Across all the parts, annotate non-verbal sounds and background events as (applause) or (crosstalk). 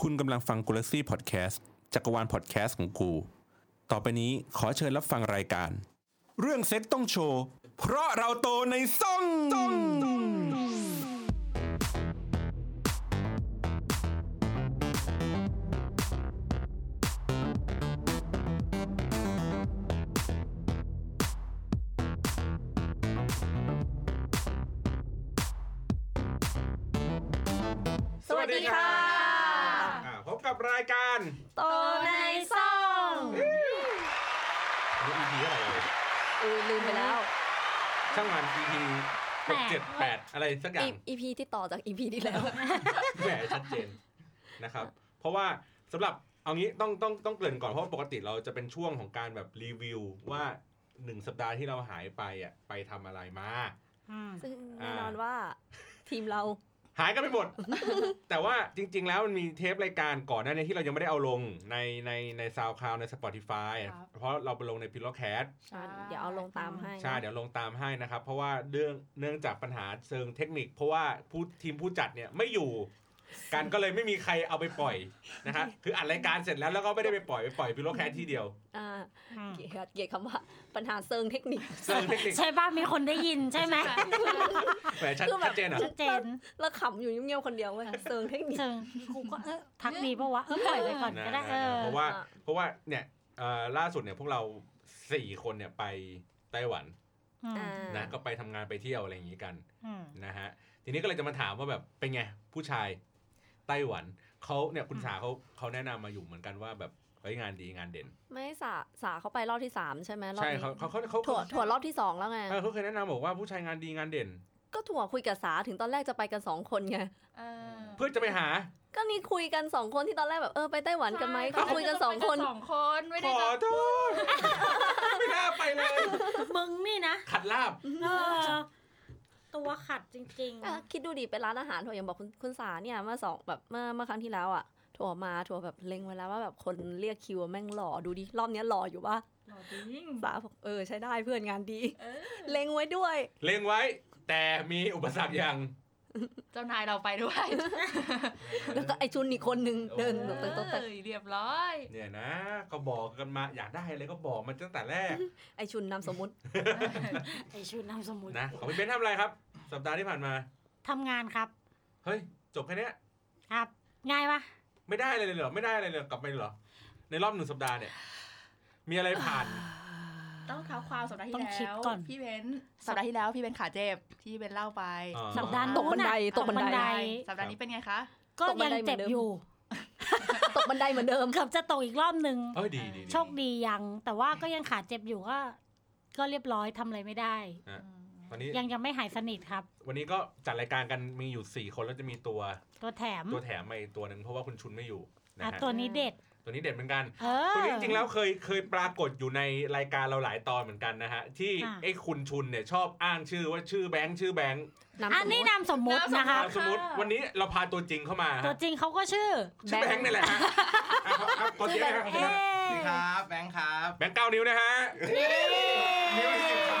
คุณกำลังฟังกูลซี่พอดแคสต์จักรวาลพอดแคสต์ของกู ต่อไปนี้ขอเชิญรับฟังรายการ เรื่องเซ็กต้องโชว์ เพราะเราโตในซ่องซ่อง สวัสดีค่ะ อ่าพบกับรายการ โตในซ่อง อันนี้ EP อะไรวะ อือลืมไปแล้ว ช่างมัน EP หกเจ็ดแปดอะไรสักอย่าง อีพีที่ต่อจากอีพีที่แล้ว แหมชัดเจนนะครับ เพราะว่าสำหรับเอางี้ต้องต้องต้องเกริ่นก่อนเพราะว่าปกติเราจะเป็นช่วงของการแบบรีวิวว่าหนึ่งสัปดาห์ที่เราหายไปอ่ะไปทำอะไรมา ซึ่งแน่นอนว่าทีมเรา หายกันไปหมด แต่ว่าจริง ๆ แล้วมันมีเทปรายการก่อนหน้านี้ที่เรายังไม่ได้เอาลงในในในซาวคลาวใน Spotify ครับ เพราะเราไปลงในพิลโลแคส ใช่ เดี๋ยวเอาลงตามให้ ใช่ เดี๋ยวลงตามให้นะครับ เพราะว่าเรื่องเนื่องจากปัญหาเชิงเทคนิค เพราะว่าผู้ทีมผู้จัดเนี่ยไม่อยู่ กันก็เลยไม่มีใครเอาไปปล่อยนะฮะคืออัดรายการเสร็จแล้วแล้วก็ไม่ได้ไปปล่อยไปปล่อยพิโลแคสที่เดียว อ่าเกลียดเกลียดคำว่าปัญหาเซิงเทคนิค เชิงเทคนิค ใช่ป่ะ มีคนได้ยินใช่ไหม แหมชัด คือแบบ ชัดเจนเหรอ่ะ ชัดเจน แล้วขำอยู่เงียบๆคนเดียวเว้ยเซิงเทคนิค เชิงครูก็เออทักดีเพราะว่าเออปล่อยไปก่อนก็ได้เออ เพราะว่าเพราะว่าเนี่ยเอ่อล่าสุดเนี่ยพวกเราสี่คนเนี่ยไปไต้หวัน อืม อ่า นะก็ไปทำงานไปเที่ยวอะไรอย่างนี้กัน อืม นะฮะทีนี้ก็เลยจะมาถามว่าแบบเป็นไงผู้ชายไต้หวันเขาเนี่ยคุณสาเขาเขาแนะนำมาอยู่เหมือนกันว่าแบบเฮ้ยงานดีงานเด่น ไม่สาสาเขาไปรอบที่สามใช่ไหมรอบ ใช่ นี้ เขาเขาเขาเขา ถั่วถั่วรอบที่สองแล้วไง เออเขาเคยแนะนำบอกว่าผู้ชายงานดีงานเด่น ก็ถั่วคุยกับสาถึงตอนแรกจะไปกันสองคนไง เพื่อจะไปหา ก็นี่คุยกันสองคนที่ตอนแรกแบบเออไปไต้หวันกันไหมก็คุยกันสองคน สองคนไม่ ข ได้ อ จะ โทษ ไม่น่าไปเลย มึงนี่นะ ขัดลาบ เออตัวขัดจริง อ่ะคิดดูดิไปร้านอาหารถั่วอย่างบอกคุณคุณสาเนี่ยเมื่อสองแบบเมื่อเมื่อครั้งที่แล้วอ่ะถั่วมาถั่วแบบเล็งไว้แล้วว่าแบบคนเรียกคิวแม่งหล่อดูดิรอบเนี้ยหล่ออยู่ป่ะ หล่อจริง สาบอกเออใช้ได้เพื่อนงานดี เออ เล็งไว้ด้วย เล็งไว้ แต่มีอุปสรรคอย่าง เจ้านายเราไปด้วย แล้วก็ไอชุนอีกคนนึง โอ้ เดินแบบเติร์ด เออเรียบร้อย เนี่ยนะ ก็บอกกันมาอยากได้อะไรก็บอกมาตั้งแต่แรก ไอชุนนามสมมุติ ๆ ไอชูนามสมุน นะของพี่เบนทำอะไรครับ สัปดาห์ที่ผ่านมา ทำงานครับ เฮ้ย จบแค่เนี้ย ครับ ง่ายปะ ไม่ได้อะไรเลยเหรอ ไม่ได้อะไรเลยเหรอกลับไปเหรอ ในรอบหนึ่งสัปดาห์เนี่ย มีอะไรผ่าน ต้องเท้าความสัปดาห์ที่แล้วพี่เบนสัปดาห์ที่แล้วพี่เบนขาเจ็บที่เบนเล่าไป อ๋อ สัปดาห์ ตกบันได อะ ตกบันได สัปดาห์นี้เป็นไงคะ ก็ ตกบั ยั น ง ได เจ็บอยู่ ตกบันไดเหมือนเดิม เกือบจะตกอีกรอบหนึ่ง เอ้ยดีดีดี โชคดียัง แต่ว่าก็ยังขาเจ็บอยู่ก็ ก็เรียบร้อยทำอะไรไม่ได้ ตอนนี้ ยังยังไม่หายสนิทครับ วันนี้ก็จัดรายการกันมีอยู่สี่คนแล้วจะมีตัว ตัวแถม ตัวแถมมาอีกตัวหนึ่งเพราะว่าคุณชุนไม่อยู่นะ อ่ะ ฮะ ตัวนี้เด็ด ตัวนี้เด็ดเหมือนกัน เออ ตัวนี้จริงๆแล้วเคยเคยปรากฏอยู่ในรายการเราหลายตอนเหมือนกันนะฮะ ที่ ค่ะ ไอ้คุณชุนเนี่ยชอบอ้างชื่อว่าชื่อแบงค์ชื่อแบงค์ นาม อั ส น มมุ นี้ ติ นามสมมุตินะ รั คะ บ อ่าสมมติวันนี้เราพาตัวจริงเข้ามาฮะ ตัวจริงเขาก็ชื่อ ชื่อแบงค์นี่แห (laughs) ละฮะอ่ะครับครับกดเสียงนะครับ เอ๊ สวัสดีครับแบงค์ครับ แบงค์เก้านิ้วนะฮะ นิ้วสิบขาด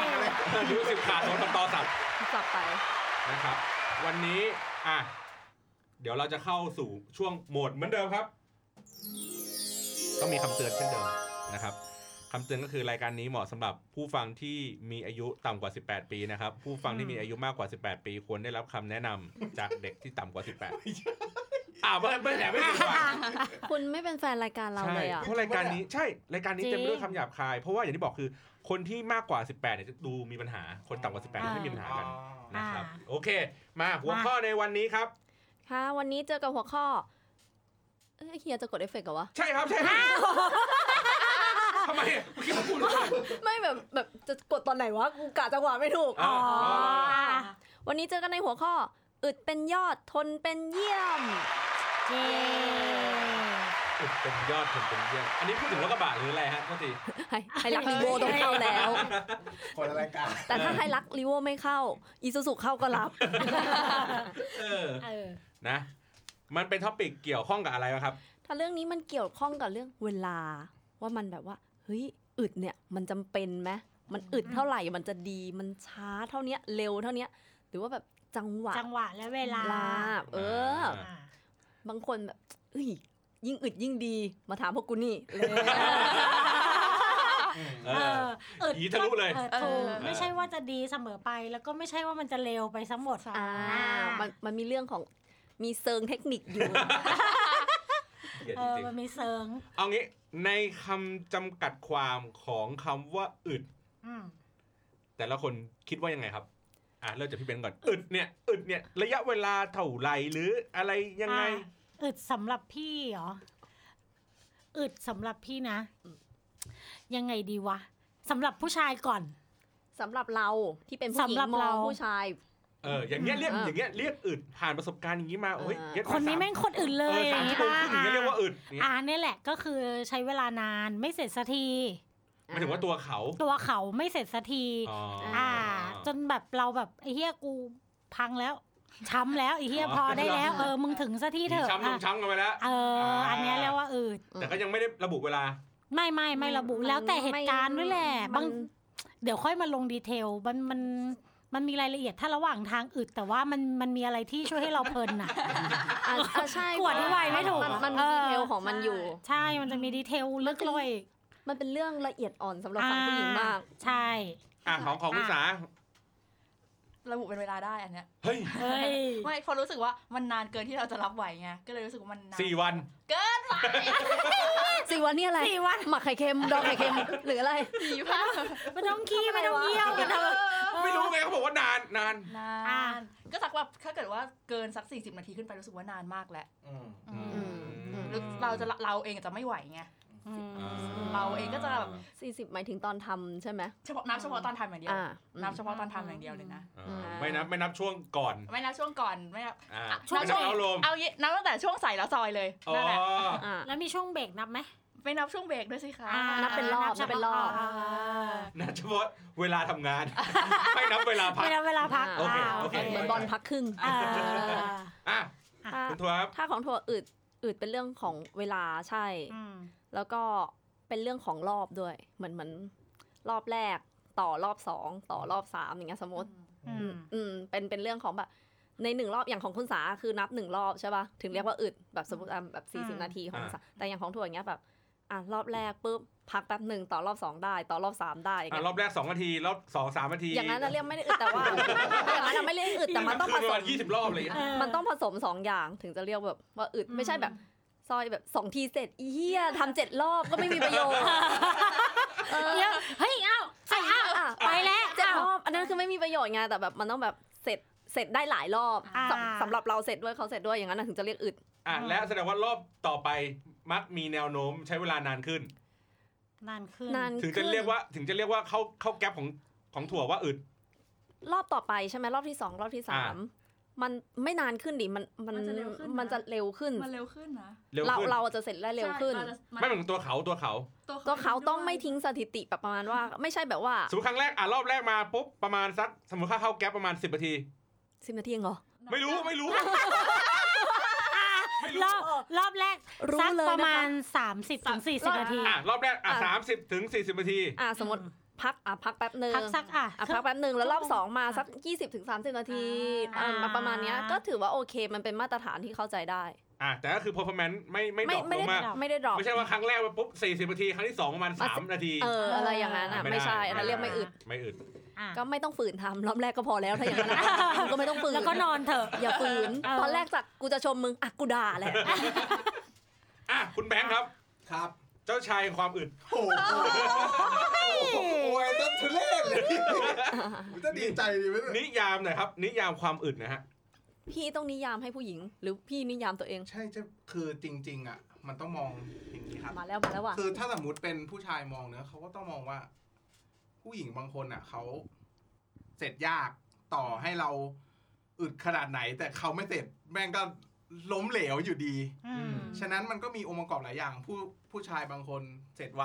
เลย นิ้วสิบขาดโดนตำตอสับ กลับไป นะครับ วันนี้อ่ะเดี๋ยวเราจะเข้าสู่ช่วงโหมดเหมือนเดิมครับ ต้องมีคำเตือนเช่นเดิมนะครับคำเตือนก็คือรายการนี้เหมาะสำหรับผู้ฟังที่มีอายุต่ำกว่า 18 ปีนะครับ ผู้ฟังที่มีอายุมากกว่า 18 ปีควรได้รับคำแนะนำจากเด็กที่ต่ำกว่า 18อ่าวไม่ไม่แหละไม่ดีกว่า คุณไม่เป็นแฟนรายการเรา ใช่ เลยอ่ะ เพราะรายการนี้ใช่รายการนี้ จริง เต็มไปด้วยคำหยาบคาย เพราะว่าอย่างที่บอกคือคนที่มากกว่า 18เนี่ยจะดูมีปัญหาคนต่ำกว่า 18ไม่มีปัญหากันนะครับ อ่า โอเค มาหัวข้อในวันนี้ครับ ค่ะวันนี้เจอกับหัวข้อเอ้ยเฮียจะกดเอฟเฟกต์เหรอวะ ใช่ครับใช่ครับทำไมอ่ะเมื่อกี้ผมพูดว่า ไม่แบบแบบจะกดตอนไหนวะกูกะจังหวะไม่ถูก อ๋อ วันนี้เจอกันในหัวข้อ อึดเป็นยอดทนเป็นเยี่ยม เจ อุ๊ยเป็นยอดผมเป็นเยี่ยมอันนี้พูดถึงรถกระบะหรืออะไรฮะโทษที ให้ให้รักลีโวต้องเข้าแล้ว คนละรายการ แต่ถ้าให้รักลีโวไม่เข้า อีซูซุเข้าก็รับ (laughs) เออ เออ นะ มันเป็นท็อปิกเกี่ยวข้องกับอะไรวะครับ ถ้าเรื่องนี้มันเกี่ยวข้องกับเรื่องเวลา ว่ามันแบบว่าเฮ้ยอึดเนี่ยมันจำเป็นไหมมันอึดเท่าไหร่มันจะดีมันช้าเท่าเนี้ยเร็วเท่าเนี้ยหรือว่าแบบจังหวะ จังหวะและเวลา ลาบเออ อ่า บางคนแบบเอ้ย ยิ่งอึดยิ่งดี มาถามพวกกูนี่ (laughs) เลย เอ เอ อ ออึด อีทะลุเลย ออถูก เออ ไม่ใช่ว่าจะดีเสมอไป แล้วก็ไม่ใช่ว่ามันจะเลวไปทั้งหมด อ่ามันมันมีเรื่องของมีเซิงเทคนิคอยู่ (laughs) เกลียด เอ จ อ ริง มันมีเซิง ๆเอางี้ในคำจำกัดความของคำว่าอึด อืม แต่ละคนคิดว่ายังไงครับ อ่ะเริ่มจากพี่เบนก่อน อึดเนี่ย อึดเนี่ย ระยะเวลาเท่าไหร่หรืออะไรยังไง อ่ะอึดสำหรับพี่เหรอ อึดสำหรับพี่นะ ยังไงดีวะสำหรับผู้ชายก่อน สำหรับเราที่เป็นผู้หญิ สำหรั ง บ มอ เรา งผู้ชาย เออ อย่างเงี้ยเรียก อ่า อย่างเงี้ยเรียกอึด ผ่านประสบการณ์อย่างงี้มา เฮ้ย อ่า เรียกา คนนี้ สา แม่งคนอื่นเล เอย อ อ สา ย่าม ง ชั่วโมงครึ่งอย่านี้ป่ะงเงี้ยเรียกว่าอึดอย่างเงี้ย อ่าเนี่ยแหละก็คือใช้เวลานานไม่เสร็จสักที หมายถึงว่าตัวเขา ตัวเขาไม่เสร็จสักที อ๋อ อ่า จนแบบเราแบบไอ้เฮียกูพังแล้วช้ำแล้วไอ้เฮียพอได้แล้ว เออมึงถึงสักทีเถอะ ช้ำลง อ่ะ ช้ำกันไปแล้ว เออ อันเนี้ยเรียกว่าอึด แต่ก็ยังไม่ได้ระบุเวลา ไม่ไม่ไม่ระบุ มัน แล้วแต่เหตุการณ์ด้วยแหละ มัน บางเดี๋ยวค่อยมาลงดีเทลมันมันมันมีรายละเอียดถ้าระหว่างทางอึดแต่ว่ามันมันมีอะไรที่ช่วยให้เราเพลินอ่ะ อ่ะอ่ะใช่ กวดไม่ไหวไม่ถูก นมัน เอ มีดีอเทลของมันอยู่ ใช่มันจะมีดีเทลลึกเลย มันเป็นเรื่องละเอียดอ่อนสำหรับฝั่งผู้หญิงมาก อ่ใช่ อ่ะของของคุณสา ระบุเป็นเวลาได้อันเนี้ย เฮ้ย เฮ้ย ไม่เขารู้สึกว่ามันนานเกินที่เราจะรับไหวไงก็เลยรู้สึกว่ามันนาน สี่วัน เกินไหว สี่วันนี่อะไร สี่วัน หมักไข่เค็มดองไข่เค็มหรืออะไร สี่พัน ไม่ต้องขี้ไม่ต้องเยี่ยวกันเถอะ ไม่รู้ไงเขาบอกว่านานนาน นานก็สักแบบถ้าเกิดว่าเกินสัก 40 นาทีขึ้นไปรู้สึกว่านานมากแล้ว อืม อืม อืม หรือเราจะเราเองจะไม่ไหวไง อืม อ่ เราเองก็จะแบบ สี่สิบหมายถึงตอนทำใช่ไหม เฉพาะนับเฉพาะตอนทำอย่างเดียว อ่า นับเฉพาะตอนทำอย่างเดียวเลยนะ อ่าไม่นับไม่นับช่วงก่อน ไม่นับช่วงก่อนไม่นับ อ่า อ่ะช่วง ไม่ ช่ นับวง แล้วลม เอาเยนับตั้งแต่ช่วงใส่แล้วซอยเลย อ๋อ นั่นแหละ อ่า แล้วมีช่วงเบรกนับไหม ไม่นับช่วงเบรกด้วยสิคะ อ่า นับเป็นรอบนับเป็นรอบ า นับเฉพาะเวลาทำงาน ไม่นับเวลาพัก ไม่นับเวลาพัก โอเค า โอเค เหมือนบอลพักครึ่ง อ่า อ่ะ ถ้า คุณทัวร์ครับ ถ้าของถั่วอืดอืดเป็นเรื่องของเวลาใช่ อืม แล้วก็เป็นเรื่องของรอบด้วย เหมือนเหมือนรอบแรกต่อรอบสองต่อรอบสามอย่างเงี้ยสมมติ อืม อืมเป็นเป็นเรื่องของแบบในหนึ่งรอบอย่างของคุณสาคือนับหนึ่งรอบใช่ปะ่ะถึงเรียกว่าอึดแบบสมมติอ่ะแบบสี่สิบ อ่า นาทีของคุณสาแต่อย่างของถั่วอย่างเงี้ยแบบอ่ะรอบแรกปุ๊บพักแป๊บหนึ่งต่อรอบสองได้ ต่อรอบสามได้อย่าง อ่ะ เงี้ย รอบแรก 2 นาที รอบสองสามนาที อย่างนั้นเราเรียกไม่ได้อึดแต่ว่าอย่างนั้นเราไม่เรียกอึดแต่มันต้องคืผประ ส มาณ ม ยี่สิบรอบอะไรอย่าง เอ เงี้ย อ มันต้องผสมสองอย่างถึงจะเรียกแบบว่าอึดไม่ใช่แบบซอยแบบสองทีเสร็จอีเหี้ยทำเจ็ดรอบก็ไม่มีประโยชน์เออ เดี๋ยวเฮ้ยเอ้าใส่เอ้า อ่ะ ไปแล้ว เจ็ด อ้าว รอบอันนั้นคือไม่มีประโยชน์ไงแต่แบบมันต้องแบบเสร็จเสร็จได้หลายรอบ อ่า สำสำหรับเราเสร็จด้วยเขาเสร็จด้วยอย่างนั้นนะถึงจะเรียกอึด อ่ะและแสดงว่ารอบต่อไปมักมีแนวโน้มใช้เวลานานขึ้น นานขึ้น นาน ถึงจะ ขึ้น เรียกว่าถึงจะเรียกว่าเข้าเข้าแก๊ปของของถั่วว่าอึด รอบต่อไปใช่ไหมรอบที่สองรอบที่สามมันไม่นานขึ้นดิมันมัน มันจะเร็วขึ้นนะ มันจะเร็วขึ้น มันเร็วขึ้นนะ เร็ว เรา ขึ้น เราจะเสร็จได้เร็วขึ้น ใช่ราจะ ไม่เหมือนตัวเขาตัวเขา ตัวเขาต้องไม่ ด้วย ทิ้งสถิติแบบประมาณว่า ไม่ใช่แบบว่า สมมติครั้งแรกอ่ะรอบแรกมาปุ๊บประมาณสักสมมติค่าเข้าแก๊ปประมาณ 10นาที สิบนาทีเองเหรอ ไม่รู้ไม่ (laughs) รู้ ไม่ ร รู้ อบรอบแรก รู้ สัก เลย ประ นะ มา คะ ณ 30ถึง40 นาที อ่ะรอบแรกอ่ะ อ่ะ สามสิบถึงสี่สิบนาที อ่ะสมมติพักอ่ะพักแป๊บหนึ่ง พักสักอ่ะ อ่ะพักแป๊บหนึ่งแล้วรอบสองมาสัก20-30 นาที อ่า อ่ะประมาณเนี้ยก็ถือว่าโอเคมันเป็นมาตรฐานที่เข้าใจได้ อ่ะแต่ก็คือ performance ไม่ไม่ดรอปลงไม่ได้ มาก ไม่ได้ดรอป ไม่ใช่ว่าครั้งแรกไปปุ๊บสี่สิบนาที ครั้งที่สองประมาณ มา สา สิ มนาที เอออะไรอย่างนั้นอ่ะ ไม่ได้ ไม่ใช่อันนั้นเรียกไม่อึด ไม่อึด อ่ะ ก็ไม่ต้องฝืนทำรอบแรกก็พอแล้วถ้าอย่างนั้นอะ (laughs) มึงก็ไม่ต้องฝืน แล้วก็นอนเถอะ อย่าฝืน เออ ตอนแรกจากกูจะชมมึงอ่ะกูด่าแห (laughs) ละ อ่ะ คุณแบงค์ครับ ครับ เจ้าชายความอึด โอ้โหโอ้ยต้นทุเรศเลยผมจะดีใจดีไหมเนี่ย นิยามหน่อยครับ นิยามความอึดนะฮะ พี่ต้องนิยามให้ผู้หญิง หรือพี่นิยามตัวเอง ใช่จะคือจริง ๆ อ่ะ มันต้องมองอย่างนี้ครับ มาแล้วมาแล้วว่ะ คือถ้าสมมติเป็นผู้ชายมองเนอะเขาก็ต้องมองว่า ผู้หญิงบางคนอ่ะเขาเสร็จยากต่อให้เราอึดขนาดไหน แต่เขาไม่เสร็จแม่งก็ล้มเหลวอยู่ดี อืม ฉะนั้นมันก็มีองค์ประกอบหลายอย่าง ผู้ผู้ชายบางคนเสร็จไว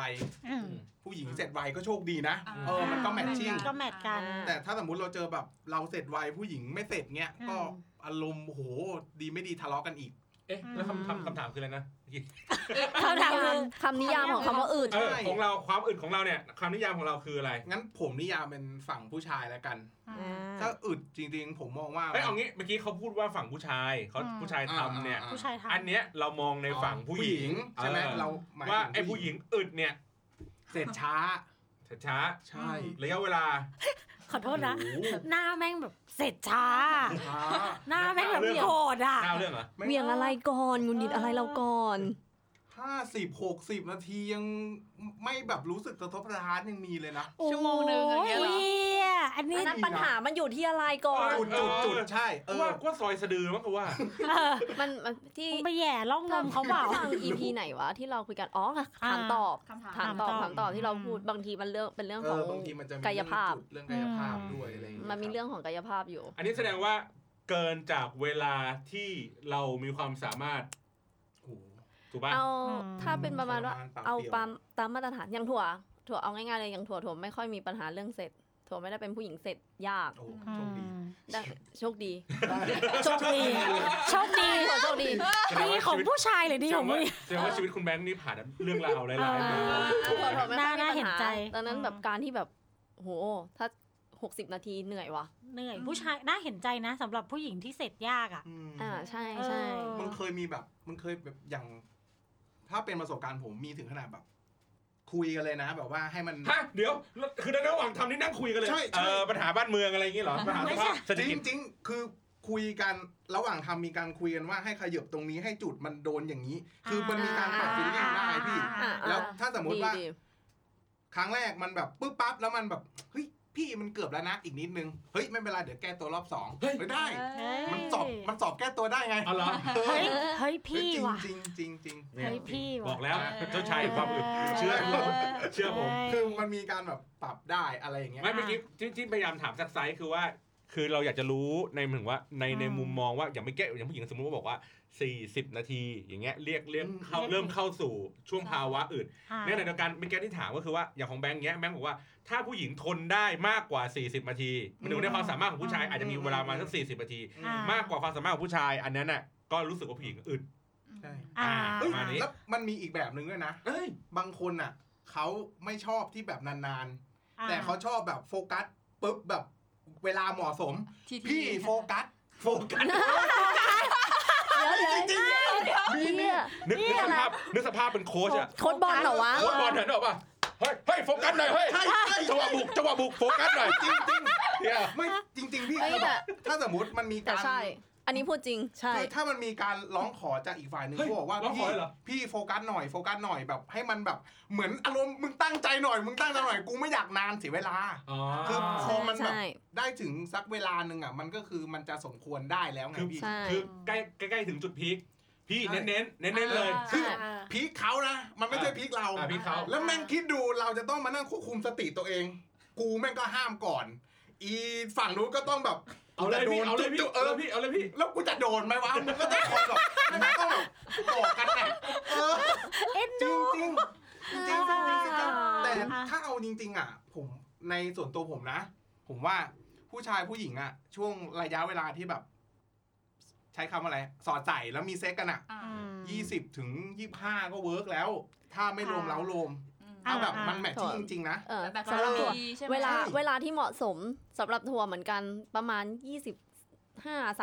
อืม ผู้หญิงเสร็จไวก็โชคดีนะ อ่า เออ มันก็แมทชิ่ง ก็แมทกัน แต่ถ้าสมมติเราเจอแบบเราเสร็จไวผู้หญิงไม่เสร็จเงี้ย ก็ อืม อารมณ์โหดีไม่ดีทะเลาะกันอีก เอ๊ะแล้วคำคำคำถามคืออะไรนะเมื่อกี้ คำนิยามคำนิยามของคำว่าอืด เออของเราความอึดของเราเนี่ยคำนิยามของเราคืออะไร งั้นผมนิยามเป็นฝั่งผู้ชายแล้วกัน อ่า ถ้าอึดจริง ๆ ผมมองว่า เอ้ยเอางี้เมื่อกี้เขาพูดว่าฝั่งผู้ชายเขา อืม ผู้ชายทำเนี่ย อ่า ผู้ชายทำ อันเนี้ยเรามองในฝั่งผู้หญิง ใช่ไหม ออ เราหมยถึ ว่าไอ้ผู้หญิงอึดเนี่ย เสร็จช้า ช้า ใช่ ๆระยะเวลา ขอโทษนะ โอ้โห หน้าแม่งแบบเสร็จช้า ช้า หน้าแม่งแบบ เรื่อง โกรธอ่ะ เก้าเรื่องเหรอ เหวียงอะไรก่อนหงุนงิดอะไรเราก่อน ห้าสิบหกสิบนาทียังไม่แบบรู้สึกกระทบกระทานยังมีเลยนะ โอ้ ชั่วโมงหนึ่งอย่างเงี้ยเหรอ โยอันนี้ นั้นปัญหามันอยู่ที่อะไรก่อน จุดจุดจุด เออ ใช่เออ ว่าว่าซอยสะดือมั้งก็ว่า เออ มันมันที่ มึงไปแหย่ล่องนมเขาเปล่า ฟัง EP ไหนวะที่เราคุยกันอ๋อถามตอบ คำถาม ถามตอบถามตอบที่เราพูด อืม บางทีมันเรื่องเป็นเรื่อง เอ ของ อบางทีมันจะมี กายภาพ เรื่องจุดเรื่องกายภาพด้วยอะไรอย่างเงี้ย มันมีเรื่องของกายภาพอยู่ อันนี้แสดงว่าเกินจากเวลาที่เรามีความสามารถ โอ้โห ถูกป่ะ เอา อืม ถ้าเป็นประมาณว่า ตาม เอา เปรียว ตามตามมาตรฐานอย่างถั่ว ถั่วเอาง่ายๆเลยอย่างถั่วถั่วไม่ค่อยมีปัญหาเรื่องเสร็จ ถั่วไม่ได้เป็นผู้หญิงเสร็จยาก โอ้โหโชคดี ได้โชคดี โชคดีโชคดี ถั่วโชคดี ดีของผู้ชายหรือดี แสด ของ ง ว่า ผู้หญิง แสดงว่าชีวิตคุณแบงค์นี่ผ่านเรื่องราวหลายๆ เอ มา อ ถั่วถั่วไม่ค่อยมี น่าเห็ ปัญ น หา ใจ ตอนนั้น อืม แบบการที่แบบโหถ้า 60 นาทีเหนื่อยวะ เหนื่อยผู้ชายน่าเห็นใจนะสำหรับผู้หญิงที่เสร็จยากอ่ะ อืม อ่าใช่ใช่ เออ มันเคยมีแบบ มันเคยแบบอย่าง ถ้าเป็นประสบการณ์ผมมีถึงขนาดแบบ คุยกันเลยนะ แบบว่าให้มัน ฮะเดี๋ยว คือในระหว่างทำนี่นั่งคุยกันเลย ใช่ใช่ เออปัญหาบ้านเมืองอะไรอย่างงี้เหรอปัญหาสภาพเศรษฐ จ กิจ ริงจริงๆคือคุยกันระหว่างทำมีการคุยกันว่าให้ขยับตรงนี้ให้จุดมันโดนอย่างนี้ คือมันมีการปรับฟิลลิ่งได้พี่ อ่า แล้วถ้าสมมุติว่า ดี ครั้งแรกมันแบบปึ๊บปั๊บแล้วมันแบบเฮ้ยพี่มันเกือบแล้วนะอีกนิดนึงเฮ้ยไม่เป็นไรเดี๋ยวแก้ตัวรอบสองเฮ้ยไม่ได้ เฮ้ย มันสอบมันสอบแก้ตัวได้ไง อ๋อเหรอ เฮ้ยเฮ้ยพี่ว่ะ จริงจริงจริง เนี่ย เฮ้ยพี่ว่ะ บอกแล้ว เออ เจ้าชายความอึดเชื่อผม เออ เชื่อผม ๆคือมันมีการแบบปรับได้อะไรอย่างเงี้ย ไม่เมื่อกี้ที่ที่พยายามถามซักไซส์คือว่า คือเราอยากจะรู้ในหมายถึงว่าในใน อืม มุมมองว่าอย่างไม่แก้อย่างผู้หญิงสมมติว่าบอกว่า 40 นาที อย่างเงี้ยเรียกเรียก อืม เข้าเริ่มเข้าสู่ช่วงภาวะอื่น อ่า ในขณะเดียวกันเป็นแกที่ถามก็คือว่าอย่างของแบงค์เนี้ยแบงค์บอกว่าถ้าผู้หญิงทนได้มากกว่า 40 นาทีมันถึงในความสามารถของผู้ชายอาจจะมีเวลามาสัก 40 นาที อ่า มากกว่าความสามารถของผู้ชาย อันนั้นน่ะก็รู้สึกว่าผู้หญิงอึด ใช่ อ่า ป เฮ้ย ระมาณนี้ แล้วมันมีอีกแบบหนึ่งด้วยนะ เอ้ย บางคนอ่ะเขาไม่ชอบที่แบบนานๆ แต่เขาชอบแบบโฟกัสปุ๊บแบบเวลาเหมาะสม ทีที พี่โฟกัสโฟกัส เดี๋ยวเดี๋ยว จริง เดี๋ยว นึกนึกสภาพนึกสภาพเป็นโค้ชอะ โค้ดบอลเหรอวะ โค้ชบอลเห็นหรอป่ะเฮ้ยเฮ้ยโฟกัสหน่อยเฮ้ย ๆใช่ใช่ จังหวะบุกจังหวะบุกโฟกัสหน่อย จริงจริง เนี่ย ๆไม่จริง ๆ พี่ เฮ้ย คือแบบ แต่ ถ้าสมมติมันมี แต่ การ ใช่ อันนี้พูดจริงใช่ คือถ้ามันมีการร้องขอจากอีกฝ่ายหนึ่งเขาบอกว่า ร้องข พี่ อเลยเหรอ พี่โฟกัสหน่อยโฟกัสหน่อยแบบ ให้มันแบบเหมือนอารมณ์มึงตั้งใจหน่อยมึงตั้งใจหน่อยกูไม่อยากนานเสียเวลา อ๋อ คือ พ ใช่ มันแบบ ใช่ ได้ถึงสักเวลาหนึ่งอ่ะมันก็คือมันจะสมควรได้แล้วไงพี่ ใช่ คือใกล้ใกล้ๆถึงจุดพีคพี่เน้นเน้นเน้นเน้นๆเลย ใช่ คือพีคเขานะมันไม่ใช่พีคเรา อ่ะพีคเขา แล้วแม่งคิดดูเราจะต้องมานั่งควบคุมสติตัวเอง กูแม่งก็ห้ามก่อน อีฝั่งนู้นก็ต้องแบบ เอาเลยพี่เอาเลยพี่ จุ๊บๆ เอาเลยพี่เอาเลยพี่ แล้วกูจะโดนไหมวะมึงก็ต้องคอยแบบมึงก็ต้องแบบบอกกันแหละเออ เอ็น จริ ดู งจริงจริงจริง อ่า แต่ถ้าเอาจริง ๆ อ่ะ ผมในส่วนตัวผมนะ ผมว่าผู้ชายผู้หญิงอ่ะ ช่วงระยะเวลาที่แบบ ใช้คำว่าอะไร สอดใส่แล้วมีเซ็กกันอ่ะ อ่า ยี่สิบถึงยี่ห้าก็เวิร์กแล้ว ถ้าไม่รวมเล้ารวม อืม ถ้าแบบ อ่ามั มันแมทที่จริง ๆ นะ เออ แบบ สำหรับ ก ถั่ว ณีใช่ไหม เวลาเวลาที่เหมาะสมสำหรับทัวร์เหมือนกันประมาณ 25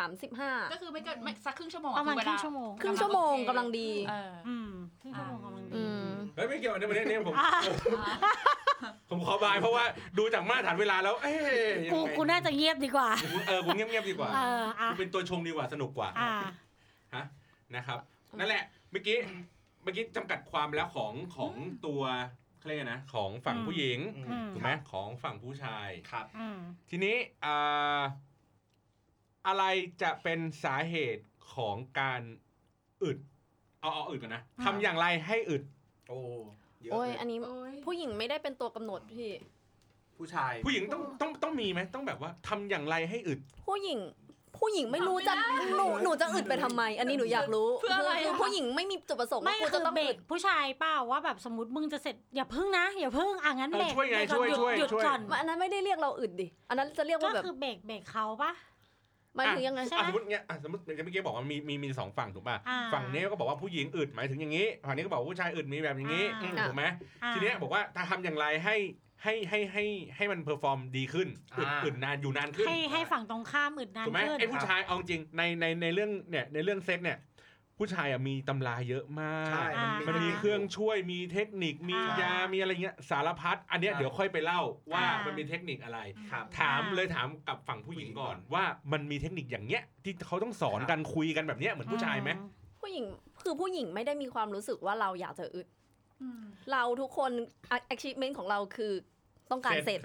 ก็ 35 คือไม่เกินไม่สักครึ่งชั่วโมง ประมาณคอเว รึ่ ล งชั่วโมง ครึ่งชั่วโมงกำลังดี เออ อืมครึ่งชั่วโมงกำลังดี อืม เฮ้ยไม่เกี่ยวอันนี้เนี่ยผม ผมขอบายเพราะว่าดูจากมาตรฐานเวลาแล้ว เอ้ยยัง กู ไง กูน่าจะเงียบดีกว่า กูเออกูเงียบๆดีกว่า เอออ่ะ กูเป็นตัวชงดีกว่าสนุกกว่า อ่า นะครับ นั่นแหละเมื่อกี้เมื่อกี้จำกัดความแล้วของของตัวเขาเรียกไงนะของฝั่ง อืม ผู้หญิง อืม ถูกไหมของฝั่งผู้ชาย ครับ อืม ทีนี้อ่าอะไรจะเป็นสาเหตุของการอึดเอาเอาอึดก่อนนะ อ่า ทำอย่างไรให้อึด โอ้เยอะ โอ้ย เลย อันนี้ผู้หญิงไม่ได้เป็นตัวกำหนดพี่ ผู้ชาย ผู้หญิงต้องต้องต้องมีไหมต้องแบบว่าทำอย่างไรให้อึด ผู้หญิง ผู้หญิงไม่รู้จะหนูหนูจะอึดไปทำไม อันนี้หนูอยากรู้ เพื่ออะไรอะ คืผู้หญิงไม่มีจุดประสงค์ ไม่ ว่ากู คื จะ อ ต้อง เบร อึดกผู้ชายเปล่าว่าแบบสมมติมึงจะเสร็จอย่าพึ่งนะ อย่าพึ่งอ่ะงั้น เออ เบรก ช่วยไง เบรกก่อน ช่วยช่วยหดหยุด ช่วย ก่อน อันนั้นไม่ได้เรียกเราอึดดิ อันนั้นจะเรียก ก็ ว่าแบบ คือเบรกเบรกเขาปะ หมายถึงยังไง อ่ะ ใช่ไหสมมมติเงี้ยอ่ะสมมติเมื่อกี้บอกว่ามีมีมีสองฝั่งถูกป่ะ อ่า ฝั่งนี้ก็บอกว่าผู้หญิงอึดหมายถึงอย่างนี้ฝั่งนี้ก็บอกว่าผู้ชายอึดมีแบบอย่างนี้ อ่า อืมถูกไหม อ่า ทีเนี้ยบอกว่าถ้าทำอย่างไรให้ให้ให้ให้ให้มันเพอร์ฟอร์มดีขึ้นอึด อ่า อึดนานอยู่นานขึ้น ให้ให้ฝั่งตรงข้ามอึดนาน ถูกไหม ขึ้น ไอ้ผู้ชายเอาจริงในในในเรื่องเนี่ยในเรื่องเซ็กเนี่ย ผู้ชายอ่ะมีตำราเยอะมาก ใช่ ามั มันมีเครื่องช่วยมีเทคนิคมี อ่าย ยามีอะไรเงี้ยสารพัดอันเนี้ย อ่า เดี๋ยวค่อยไปเล่าว่า อ่ามั มันมีเทคนิคอะไร ครับ ถาม อ่า เลยถามกับฝั่งผู้หญิงก่อน ผู้หญิงก่อน ว่ามันมีเทคนิคอย่างเงี้ยที่เขาต้องสอนกันคุยกันแบบเนี้ยเหมือนผู้ชายไหม ผู้หญิงคือผู้หญิงไม่ได้มีความรู้สึกว่าเราอยากจะอึด อืม เราทุกคน achievement ของเราคือต้องการเสร็จ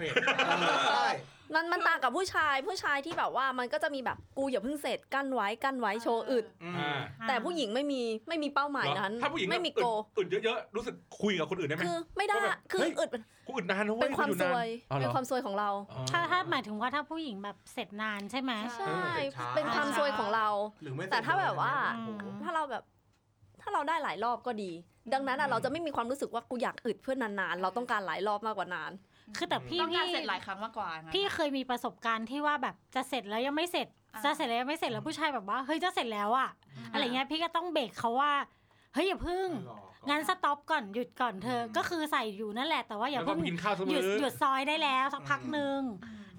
ใช่ มันมันต่างกับผู้ชายผู้ชายที่แบบว่ามันก็จะมีแบบกูอย่าเพิ่งเสร็จกั้นไว้กั้นไว้โชว์อึด อืม อ่า อ่า แต่ผู้หญิงไม่มีไม่มีเป้าหมาย เหรอ นั้น ถ้าผู้หญิง ไม่มีโก อึดๆเยอะๆรู้สึกคุยกับคนอื่นได้ไหม คือไม่ได้ ก็แบบ คือ เฮ้ย อึด กูอึดนานนะเว้ย เป็นความ กูอ ซ นน วย อ๋อเหร เป็น อ ความซวยของเรา อ๋อ ถ้าถ้าหมายถึงว่าถ้าผู้หญิงแบบเสร็จนานใช่ไหม เอ ใช่ อ เสร็จช้า เป็นความซวยของเรา หรือไม่เสร็จ แต่ถ้าแบบว่า อืม โอ้โห ถ้าเราแบบ ถ้าเราได้หลายรอบก็ดี ดังนั้น อื อะ ม เราจะไม่มีความรู้สึกว่ากูอยากอึดเพื่อนนานๆ เราต้องการหลายรอบมากกว่านาน คือแต่พี่ ต้อง พี่ การเสร็จหลายครั้งมากกว่าอย่างนั้น พี่เคยมีประสบการณ์ที่ว่าแบบจะเสร็จแล้วยังไม่เสร็จ อ่า จะเสร็จแล้วยังไม่เสร็จแล้วผู้ชายแบบว่าเฮ้ยจะเสร็จแล้วอะ ม อะไรเงี้ยพี่ก็ต้องเบรกเขาว่าเฮ้ยอย่าเพึ่ง รอก่อน งั้นสต็อปก่อนหยุดก่อนเธอ อืม ก็คือใส่อยู่นั่นแหละแต่ว่าอย่า แล้วก็ เพิ่ง กินข้าวส ห มื ยุด อ หยุดซอยได้แล้วสักพัก อืม หนึ่ง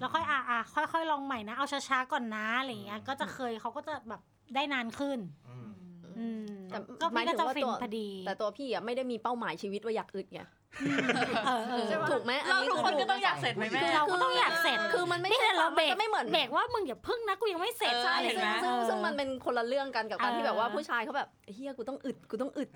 แล้วค่อยอ่ะอ่ะค่อยๆลองใหม่นะเอาช้าๆก่อนนะอะไรเงี้ยก็จะเคยเขาก็จะแบบได้นานขึ้น อืม อืม แต่ ก็ หมายถึพี่ก็ ง จะ ว่า ฟิ ตั น ว พอดี แต่ตัวพี่อะไม่ได้มีเป้าหมายชีวิตว่าอยากอึดไง เออเออ ใช่ปะ ถูกไหมอัน เรา นี้ ทุกคน ถู ก็ต้องอยากเสร็จไหมแม่ คือเราก็ต้องอยากเสร็จ คือมันไม่ นี่ ใช่ เราเบรก มันไม่เหมือน เบรกว่ามึงอย่าพึ่งนะกูยังไม่เสร็จ เออ ใช่ อะซึ่งไรเงี้ย ซึ่ง เออ ซึ่งมันเป็นคนละเรื่องกันกับการ เออ ที่แบบว่าผู้ชายเขาแบบเฮียกูต้องอึดกูต้องอึด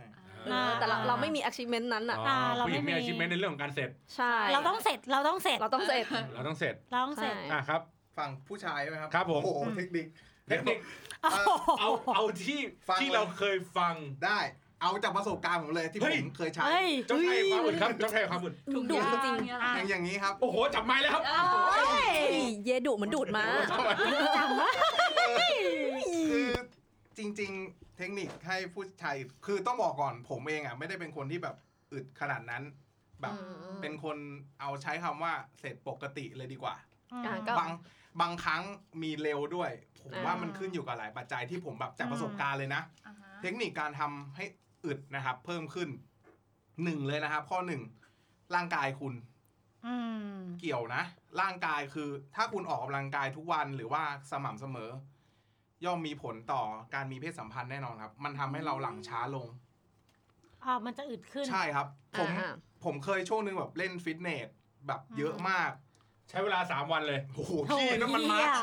เออแต่เรา อ่า เราไม่มี achievement นั้นอะ อ๋อ อ่าเรา ผู้หญิงมีไม่มี อาชีพในเรื่องของการเสร็จ ใช่ เราต้องเสร็จเราต้องเสร็จ เราต้องเสร็จ เราต้องเสร็จ เราต้องเสร็จ ใช่ อ่ะครับ ฝั่งผู้ชายใช่ไหมครับ ครับผม โอ้โหเทคนิค เทคนิค โอ้โห เอาเอาที่ ฟัง ที่เราเคยฟัง ได้ เอาจากประสบการณ์ผมเลยที่ เฮ้ ผ ย มเคยใช้ เฮ้ย เจ้าชายความอึดครับเจ้าชายความอึด ถุง ดุ ยาง จริง เนี่ยนะ อย่างอย่างนี้ครับ โอ้โหจับไม้แล้วครับ เอ้ย เฮ้ยเยดุเหมือนดูดมา จังวะ คือจริง ๆ เทคนิคให้ผู้ชายคือต้องบอกก่อนผมเองอ่ะ ไม่ได้เป็นคนที่แบบอึดขนาดนั้น แบบ อืม เป็นคนเอาใช้คำว่าเสร็จปกติเลยดีกว่า อ่ะก็ บางบางครั้งมีเร็วด้วย ผม อ่า ว่ามันขึ้นอยู่กับหลายปัจจัยที่ผมแบบจากประสบการณ์เลยนะ อ่าฮะ เทคนิคการทำให้อึดนะครับ เพิ่มขึ้นหนึ่งเลยนะครับ ข้อหนึ่งร่างกายคุณ อืม เกี่ยวนะ ร่างกายคือถ้าคุณออกกำลังกายทุกวันหรือว่าสม่ำเสมอ ย่อมมีผลต่อการมีเพศสัมพันธ์แน่นอนครับ มันทำให้เราหลังช้าลง อ่ามันจะอึดขึ้น ใช่ครับ ผม อ่า ผมเคยช่วงหนึงแบบเล่นฟิตเนสแบบเยอะมาก ใช้เวลาสามวันเลย โอ้โห โถ่ พี่นั่นมันมา เหี้ย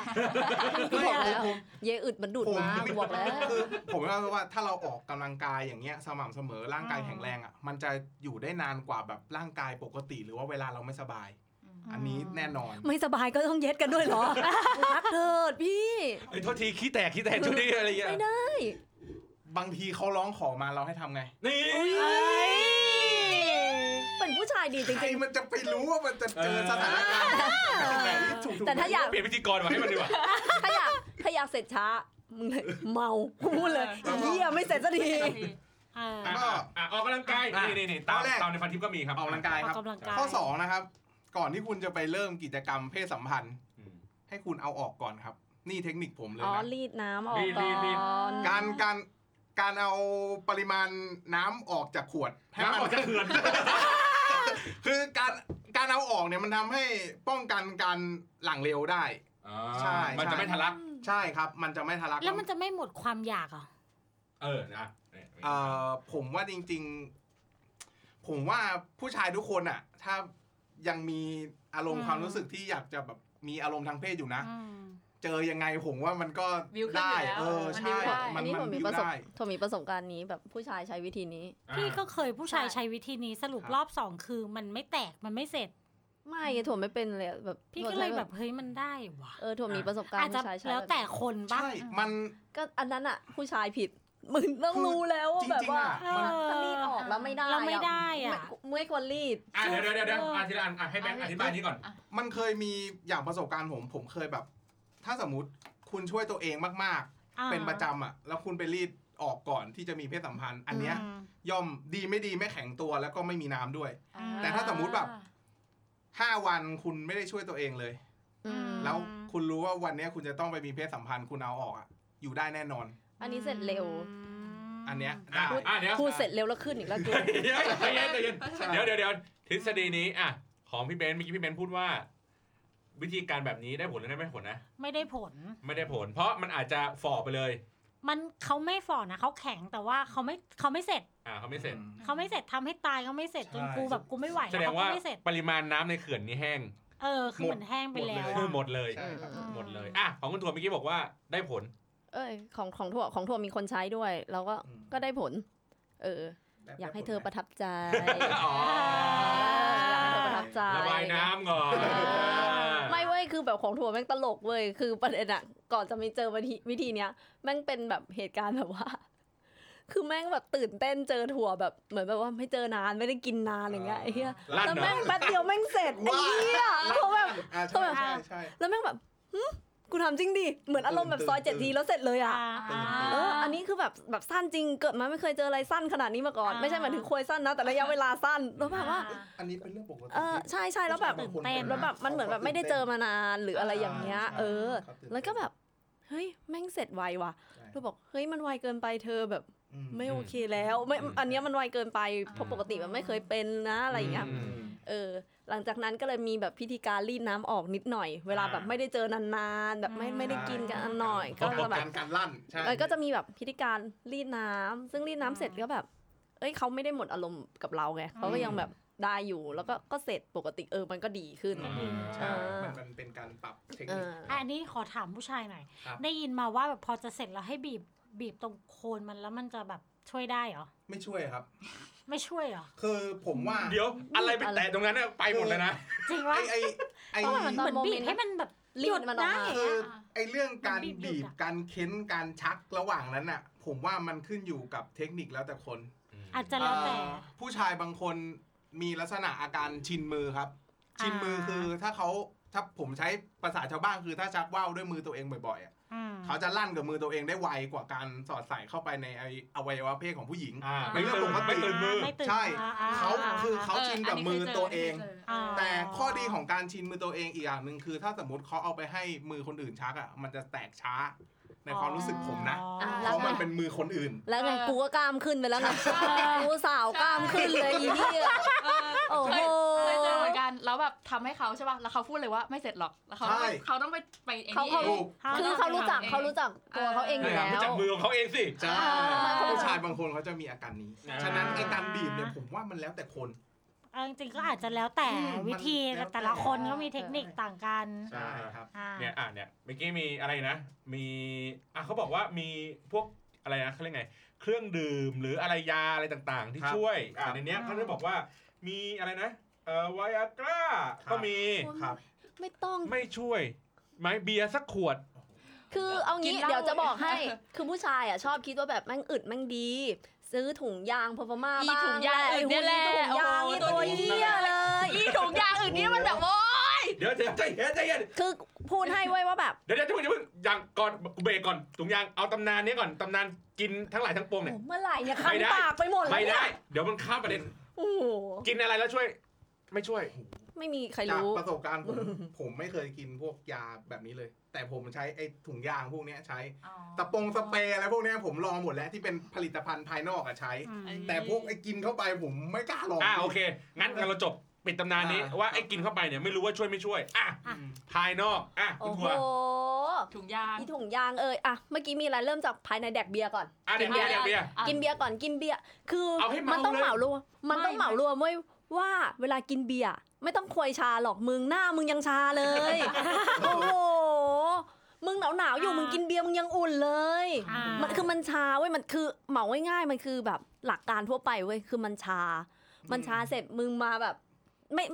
กูบอกแล้วเยอึดเหมันดูด ผม มากูบอกแล้ว คือผมก็รู้ว่าถ้าเราออกกำลังกายอย่างเงี้ย สม่ำเสมอร่างกายแข็งแรงอ่ะมันจะอยู่ได้นานกว่าแบบร่างกายปกติ หรือว่าเวลาเราไม่สบาย อืม อันนี้แน่นอน ไม่สบายก็ต้องเย็ดกันด้วยเหรอ รักเถิดพี่ ไอ้ยโทษทีขี้แตกขี้แตกช่วงนี้อะไรอย่างเงี้ย ไม่ได้ บางทีเขาร้องขอมาเราให้ทำไง นี่ เอ้ย เป็นผู้ชายดีจ ใคร ริง มันจะไปรู้ว่ามันจะเจอสถานการณ์แบบนี้ถูก ๆ ๆ แต่ถ้าอยาก เปลี่ยนพิธีกรมาให้มันดีกว่า ถ้าอยากถ้าอยากเสร็จช้า มึงเลยเมาพูดเลย แล้วก็ เฮียไม่เสร็จสักที เออ แล้วก็ อ่ะออกกำลังกาย อ่ะ นี่นี่นี่ตาม ข้อแรก ตามในพันทิปก็มีครับ ออกกำลังกายครับ ออกกำลังกาย ข้อ 2 นะครับ ก่อนที่คุณจะไปเริ่มกิจกรรมเพศสัมพันธ์ อืม ให้คุณเอาออกก่อนครับ นี่เทคนิคผมเลย อ๋อ นะ รีดน้ำออก รีด ก่ รี อ ดรีด น การการการเอาปริมาณน้ำออกจากขวดให้มั น้ำ น ออกจากเขื่อน คือการการเอาออกเนี่ยมันทำให้ป้องกันการหลั่งเร็วได้ ใช่ มันจะไม่ทะลัก ใช่ครับ มันจะไม่ทะลัก แล้วมันจะไม่หมดความอยากเหรอ เออนะเนี่ย เอ่อผมว่าจริง ๆ ผมว่าผู้ชายทุกคนอ่ะ ถ้ายังมีอารม อื ณ์ ม ความรู้สึกที่อยากจะแบบมีอารมณ์ทางเพศอยู่นะ อืม เจอยังไงผมว่ามันก็ วิวขึ้น ได้ อยู่แล้ว เออ มัน ใช่ วิวได้อัมัน น นี้ผม มัน มี วิว ประสบ ได้ ผมมีประสบการณ์นี้แบบผู้ชายใช้วิธีนี้ อ่า พี่ก็เคยผู้ชายใช้วิธีนี้สรุป ครับ รอบสองคือมันไม่แตกมันไม่เสร็จ ไม่ถั่วไม่เป็นเลยแบบ พี่ก็เลยแบบเฮ้ยมันได้วะ เออถั่วมีประสบการ อาจ ณ์ จะ ผู้ชายใช้บบ แล้วแต่คนบ้าง ใช่ มัน ก็อันนั้นอ่ะ ผู้ชายผิดมึงต้องรู้แล้วว่า จ แบบ ริงๆ ว่า อ่ะมัน เออ ถ้ารีดออกแล้วไม่ได้ เราไม่ได้อะ ไม่ไม่ควรรีด อ่ะเดี๋ยวเดี๋ยวเดี๋ยวเดี๋ยวอ่ะทีละอันอ่ะให้แบงค์อธิบายนี้ก่อน มันเคยมีอย่างประสบการณ์ผม ผมเคยแบบ ถ้าสมมติคุณช่วยตัวเองมาก อ่า ๆ เป็นประจำอ่ะ แล้วคุณไปรีดออกก่อนที่จะมีเพศสัมพันธ์ อันเนี้ย ม ย่อมดีไม่ดีไม่แข็งตัวแล้วก็ไม่มีน้ำด้วย อ่ แต่ถ้าสมมุติแบบ 5 วันคุณไม่ได้ช่วยตัวเองเลย อืม แล้วคุณรู้ว่าวันเนี้ยคุณจะต้องไปมีเพศสัมพันธ์คุณเอาออกอะอยู่ได้แน่นอน อันนี้เสร็จเร็ว อันเนี้ย อ่ะ ได้ อ่ะเดี๋ยว พูดเสร็จเร็วแล้วขึ้นอีกแล้วกู เดี๋ยวใจเย็นใจเย็น ใช่ เดี๋ยวเดี๋ยวเดี๋ยวทฤษฎีนี้อ่ะของพี่เบนซ์เมื่อกี้พี่เบนซ์พูดว่า วิธีการแบบนี้ได้ผลหรือไม่ได้ผลนะ ไม่ได้ผล ไม่ได้ผล เพราะมันอาจจะฝ่อไปเลย มันเขาไม่ฝ่อนะเขาแข็งแต่ว่าเขาไม่เขาไม่เสร็จ อ่าเขาไม่เสร็จ อื เขาไม่เสร็จทำให้ตายเขาไม่เสร็จจน ใช่ กูแบบกูไม่ไหว แส แล้ว ดง เขา ว่า ก็ไม่เสร็จ ปริมาณน้ำในเขื่อนนี้แห้ง เออคือเหมือนแห้งไปแล้ว คือ อะ หมดเลย ใช่ครับ อืม หมดเลยอ่ะของคุณถั่วเมื่อกี้บอกว่าได้ผล เอ้ยของของถั่วของถั่วมีคนใช้ด้วย แล้วก็ อืม ก็ได้ผล เออ แบบ อยากให้เธอประทับใจ อ๋อ อยากให้เธอประทับใจ ระบายน้ำก่อน เออไม่เว้ยคือแบบของถั่วแม่งตลกเว้ยคือประเด็นอะก่อนจะมีเจอวิธีวิธีเนี้ยแม่งเป็นแบบเหตุการณ์แบบว่า คือแม่งแบบตื่นเต้นเจอถั่วแบบ เหมือนแบบว่าไม่เจอนานไม่ได้กินนานอะไรเงี้ยไอ้เหี้ย ลั่น แล้ว เน แม่ อะ งแป๊บเดียวแม่งเสร็จไอ้เหี้ยเขาแบบ อ่ะ เขา ใช่ แบบ ใช่ใช่ แล้วแม่งแบบหึกูทำจริงดิเหมือนอารมณ์แบบซอยเจ็ดทีแล้วเสร็จเลยอะ เอออันนี้คือแบบแบบสั้นจริงเกิดมาไม่เคยเจออะไรสั้นขนาดนี้มาก่อน อ่า ไม่ใช่หมายถึงควยสั้นนะ แต่ระยะเวลาสั้นแล้วแบบว่า อันนี้เป็นเรื่องปกติ เออใช่ใช่แล้วแบบ ตื่นเต้น แล้วแบบมันเหมือนแบบไม่ได้เจอมานานหรืออะไรอย่างเงี้ย อ่าใช่ เออ เขาตื่นเต้น แล้วก็แบบ เฮ้ย แม่งเสร็จไวว่ะ ใช่ เราบอกเฮ้ยมันไวเกินไปเธอแบบ อืม ไม่โอเคแล้วไม่อันเนี้ยมันไวเกินไปเพราะปกติมันไม่เคยเป็นนะอะไรอย่างเงี้ย อืม เออหลังจากนั้นก็เลยมีแบบพิธีการรีดน้ำออกนิดหน่อย เวลาแบบไม่ได้เจอนานๆแบบไม่ไม่ได้กินกันอันหน่อยก็ ก็ จะแบบ การการลั่นใช่ เออก็จะมีแบบพิธีการรีดน้ำซึ่งรีดน้ำเสร็จก็แบบ เอ้ยเขาไม่ได้หมดอารมณ์กับเราไงเขาก็ยังแบบได้อยู่แล้วก็ก็เสร็จปกติเออมันก็ดีขึ้น อืมใช่มัน อ่ามั มันเป็นการปรับเทค เอ นิค อ อะอันนี้ขอถามผู้ชายหน่อย ครับ ได้ยินมาว่าแบบพอจะเสร็จแล้วให้บีบบีบตรงโคนมันแล้วมันจะแบบช่วยได้เหรอ ไม่ช่วยครับ ไม่ช่วยเหรอ คือผมว่า เดี๋ยวอะไรไปแตะตรงนั้นน่ะไปหมดเลยนะ จริง ไอ วะ ไอไอ เพราะว่ามัน เหมือน ตโเต์ บีบให้มันแบบ รี หยุ ด ด มันออก ได้ มา อะ คือไอเรื่องการ หยุ บี ด บ อะ การเค้นการชักระหว่างนั้นน่ะ ผมว่ามันขึ้นอยู่กับเทคนิคแล้วแต่คน อาจจะแล้วแต่ เอ่อผู้ชายบางคนมีลักษณะอาการชินมือครับ อ่า ชินมือคือถ้าเขาถ้าผมใช้ภาษาชาวบ้านคือถ้าชักว่าวด้วยมือตัวเองบ่อยๆอ่ะ ม เขาจะลั่นกับมือตัวเองได้ไวกว่าการสอดใส่เข้าไปในไอ้อวัยวะเพศของผู้หญิง อ่า ไม่เรื่องปกติ ไม่ตื่นมือ ไม่ตื่น ใช่ อ่อ่ เขา อ่ คือเขา ชินกับมือตัวเอง อ่า า แต่ข้อดีของการชินมือตัวเองอีกอย่างหนึ่งคือ ถ้าสมมติเขาเอาไปให้มือคนอื่นชักอ่ะมันจะแตกช้าในความรู้สึกผมนะ อ๋อ แล้ เพ ว ราะมันเป็นมือคนอื่น แล้วไง เออ กูก็กล้ามขึ้นไปแล้วไงกูสาวกล้ามขึ้นเลยอีเหี้ย เออ โอ้โห เคยเคยเจอเหมือนกันแล้วแบบทำให้เขาใช่ป่ะแล้วเขาพูดเลยว่าไม่เสร็จหรอกแล้วเขาต้องไป ใช่ เขาต้องไปไปไอ้ เขา นี่ เขา เอง ถูก คือเขารู้จักเขารู้จักตัวเขาเองอยู่ ไม่ แล้ รู้จัก ว มือของเขาเองสิ ใช่ เออ ผู้ชายบางคนเขาจะมีอาการนี้ อ่า ฉะนั้นไอ้การบีบเนี่ยผมว่ามันแล้วแต่คน เอาจริงๆก็อาจจะแล้วแต่ อืม วิธี มันแล้วแต่ แต่ละคนก็มีเทคนิคต่างกัน ใช่ครับ อ่า เนี่ยอ่ะเนี่ยเมื่อกี้มีอะไรนะ มีอ่ะเขาบอกว่ามีพวกอะไรนะเขาเรียกไง เครื่องดื่มหรืออะไรยาอะไรต่างๆ ที่ ครับ ช่วยอ่ะ ครับ ในเนี้ยเขาจะบอกว่ามีอะไรนะเอ่อไวอากร้าก็มี ครับ ไม่ต้อง ไม่ช่วยไหมเบียร์สักขวด คือเอา กิ งี้ นเหล้า เดี๋ยวจะบอกให้ เลย คือผู้ชายอ่ะชอบคิดว่าแบบแม่งอึดแม่งดี ซื้อถุงยางพอพม่า อี บ้าง ถุงยางอึดเนี่ยแหละ ไอ้ถุงยาง โอ้โห นี่ตัว ตัวเหี้ เหี้ย ย เลย อีถุงยางอื่นนี่มันแบบโอ้ เดี๋ยวเดี๋ยวใจเย็นใจเย็น คือพูดให้ไว้ยว่าแบบ เดี๋ยวเดี๋ยวจะเพิ่งจะเพิ่งอย่างก่อนเบรกก่อนถุงยางเอาตำนานนี้ก่อนตำนานกินทั้งหลายทั้งปวงเนี่ย โอ้เมื่อไหร่เนี่ยคัน ไม่ได้ ปากไปหมดเล ไม่ ย ได้ เดี๋ยวมันข้ามประเด็น โอ้โห กินอะไรแล้วช่วย ไม่ช่วย ไม่มีใคร จาก รู้ ประสบการณ์ (laughs) ผมผมไม่เคยกินพวกยาแบบนี้เลย แต่ผมใช้ไอ้ถุงยางพวกเนี้ยใช้ตะปงสเปรย์อะไรพวกเนี้ยผมลองหมดแล้วที่เป็นผลิตภัณฑ์ภายนอกอะใช้ อืม แต่พวกไอ้กินเข้าไปผมไม่กล้าลอง อ่าโอเค งั้นงั้นเราจบปิดตำนานนี้ อ่า ว่าไอ้กินเข้าไปเนี่ยไม่รู้ว่าช่วยไม่ช่วย อ่ะ อืม ภายนอก อ่ะคุ โอ้ ณ โห ทัว ถุงยาง อีถุงยางเอ่ยอ่ะเมื่อกี้มีอะไรเริ่มจากภายในแดกเบียร์ก่อน อ่ะเดี๋ยวเบียร์เดี๋ยวเบียร์ กินเบียร์ก่อนกินเบียร์คือ เอาให้เมามั มันต้อง เลย เหมารวมมันต้อง ไม่ เหมารวมไว้ยว่าเวลากินเบียร์ไม่ต้องควยชาหรอกมึงหน้ามึงยังชาเลย โอ้โหมึงหนาวหนาวๆอยู่ อ่ามึ มึงกินเบียร์มึงยังอุ่นเลย อ่ามั มันคือมันชาเว้ยมันคือเหมาง่ายๆมันคือแบบหลักการทั่วไปเว้ยคือมันชา มันชาเสร็จมึงมาแบบ ไม่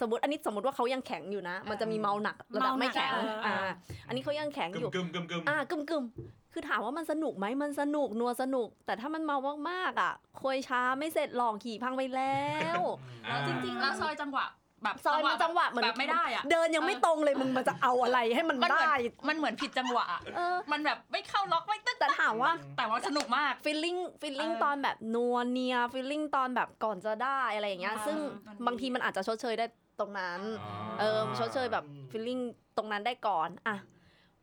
สมมติอันนี้สมมติว่าเขายังแข็งอยู่นะ มันจะมีเมาหนักระดับไม่แข็ง เมาหนัก อ่า เออ อันนี้เขายังแข็งอยู่ กึมกึมกึมกึม อ่ากึมกึมๆคือถามว่ามันสนุกไหมมันสนุกนัวสนุก แต่ถ้ามันเมามากๆอ่ะควยช้าไม่เสร็จหลอกขี่พังไปแล้ว อ่า จริง แล้วซอยจังหวะ แบบ ซอยมันจังหวะเหมือน แบบไม่ได้อ่ะ เดินยังไม่ตรงเลยมึงมันจะเอาอะไรให้มัน มันเหมือน ได้ มันเหมือนผิดจังหวะอะ เออ มันแบบไม่เข้าล็อกไม่ตึ๊ก แต่ถามว่า แต่ว่าสนุกมาก ฟีลลิ่งฟีลลิ่ง เออ ตอนแบบนัวเนียฟีลลิ่งตอนแบบก่อนจะได้อะไรอย่างเงี้ย อ่า ซึ่ง มันมี บางทีมันอาจจะชดเชยได้ ตรงนั้น อ๋อ เออชดเชยแบบ อืม ฟีลลิ่งตรงนั้นได้ก่อนอ่ะ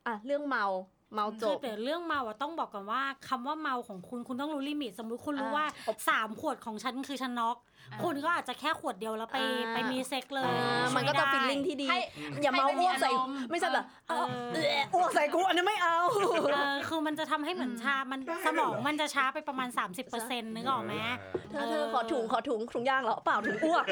อ่ะเรื่องเมาเมาจ คือบ แต่เรื่องเมาอะต้องบอกก่อนว่าคำว่าเมาของคุณคุณต้องรู้ลิมิต สมมติคุณรู้ อ่า ว่าสามขวดของฉันคือฉันน็อก อ่า คุณก็อาจจะแค่ขวดเดียวแล้วไป อ่า ไปมีเซ็กเล เอย อมันก็จะ ไได้ ฟีลลิ่งที่ดี ให้ อย่าเมาอ้วกใส่ ให้มันมีอารมณ์ ไม่ใช่แบบ เออ เอาเอะอ้วกใส่กูอันนี้ไม่เอา เออคือมันจะทำให้เหมือนชา มัน ได้ด้วยเหรอ สมองมันจะช้าไปประมาณ 30%นึกออกไหม เธอเธอขอถุงขอถุงถุงยางเหรอเปล่าถุงอ้วก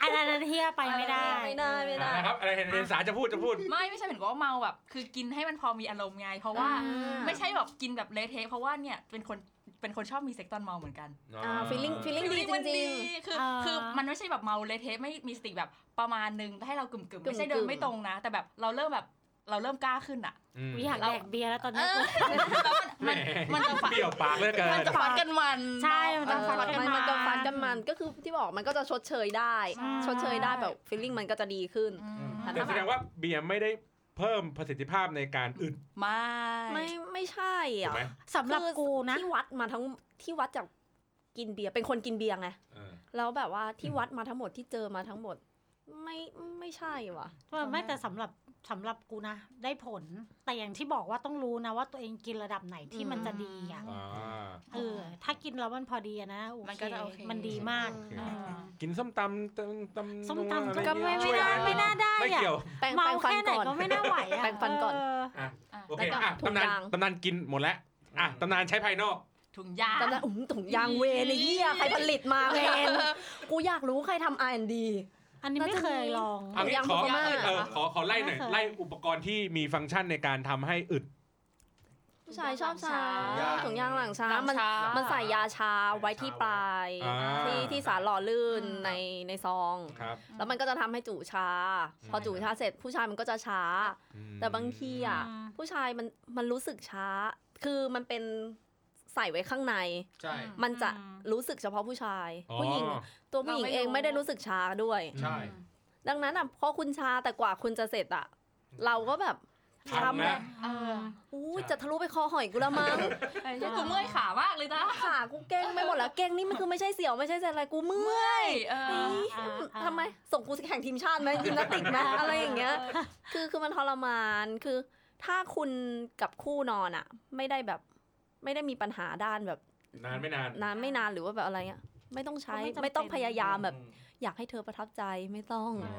อันนั้นเทียไปไม่ได้ ไม่ได้ไม่ได้ นะครับอะไรเห็นเห็นสารจะพูดจะพูด ไม่ไม่ใช่เหมือนกับว่าเมาแบบ คือกินให้มันพอมีอารมณ์ไง เพราะว่า อ่า ไม่ใช่แบบกินแบบเละเทะเพราะว่าเนี่ยเป็นคนเป็นคนชอบมีเซ็กตอนเมาเหมือนกัน อ่า feeling feeling ดี feeling มัน จริง คือ อ่า คือมันไม่ใช่แบบเมาเละเทะไม่มีสติแบบประมาณนึงแต่ให้เรากึ่มๆไม่ใช่เดินไม่ตรงนะ แต่แบบเราเริ่มแบบเราเริ่มกล้าขึ้นอ่ะ อืม กูอยากแดกเบียร์แล้วตอนเนี้ยกู แหม มันจะฝัน เปรี้ยวปากเหลยเกิ มัน นจะฟัดกันมัน ใช่ เ มันจะฟัดกั เออ มันก็ฟันกันมันก็คือที่บอกมันก็จะชดเชยได้ ใช่ ชดเชยได้แบบฟีลลิ่งมันก็จะดีขึ้น อืม มัน แต่แสดงว่าเบียร์ไม่ได้เพิ่มประสิทธิภาพในการอึด ไม่ ไม่ไม่ใช่ ถู อ่ะ กไหม สำหรับ คือ กูนะ ที่วัดมาทั้งที่วัดจากกินเบียร์เป็นคนกินเบียร์ไง เออ แล้วแบบว่าที่วัดมาทั้งหมดที่เจอมาทั้งหมด ไม่ไม่ใช่ว่ะ ว่าไม่แต่สำหรับสำหรับกูนะ ได้ผลแต่อย่างที่บอกว่าต้องรู้นะว่าตัวเองกินระดับไหนที่ อืม มันจะดีอ่ะ อ่า เออ ถ้ากินแล้วมันพอดีอะนะโอ มัน เค ก็จะโอเค มันดีมาก โอเค เออ กินส้มตำตำตำ ส้ม นัวอะร ตำ เงี้ย ก็ไม่ไม่ ช่วย น่า อะร ไม่น่าได้ ไม่ อ่ะ เกี่ยว แปรง เมา แปรงฟัน แค่ไหน ก่อน ก็ไม่น่าไหวอ่ะ แปรงฟันก่อน เ อ่ะ อ่ะ โอเค แล้วก็ อ่ะ ถุง ตำนาน ยาง ตำนานกินหมดแล้วอ่ะตำนานใช้ภายนอก ถุงยาง จำได้อุ้มถุงยางเวรไอ้เหี้ยใครผลิตมาเว (laughs) รกูอยากรู้ใครทำ R&D อันนี้ไม่เคยลอง เอางี้ ยัง ขอ พม่า เออขอขอไล่หน่อย ไม่เคย ไล่อุปกรณ์ที่มีฟังก์ชันในการทำให้อึด ผู้ชายชอบช้า ถุ ถุงยายงาง ง หลังช้า หลัง มัน ช้ามั มันใส่ยาชาไว้ที่ปลาย อ่า ที่ที่สารหล่อลื่น อืม ในในซอง ครับ แล้วมันก็จะทำให้จู่ช้า พอ ใช่ จู่ช้าเสร็จผู้ชายมันก็จะช้า แต่บางทีอ่ะ อืม ผู้ชายมันมันรู้สึกช้า คือมันเป็นใส่ไว้ข้างใน ใช่ มันจะรู้สึกเฉพาะผู้ชาย ผู้หญิง อ๋อ ตัวผู้หญิงเองไม่ได้รู้สึกช้าด้วย ใช่ ดังนั้นอ่ะพอคุณชาแต่กว่าคุณจะเสร็จอ่ะ เราก็แบบ ทำแล้ว เออ อู้ย ใช่ จะทะลุไปคอหอยกูและ (laughs) มั้ง ไอ้เหี้ยกูเมื่อยขามากเลยนะ ขากูเก้งไม่หมดแล้วเก้งนี่มันคือไม่ใช่เสียวไม่ใช่เสียอะไรกูเมื่อย เมื่อยเอ เฮ้ อ ย อ่าอ่า ทำไมส่งกูแข่งทีมชาติไหมยิมนาสติกไหมอะไรอย่างเงี้ย คือคือมันทรมานคือถ้าคุณกับคู่นอนอ่ะ ไม่ได้แบบไม่ได้มีปัญหาด้านแบบ นานไม่นาน นานไม่นานหรือว่าแบบอะไรเงี้ยไม่ต้องใช้ ก็ไม่ไม่จำเป็นต้องพยายามแบบ อยากให้เธอประทับใจไม่ต้อง อ่า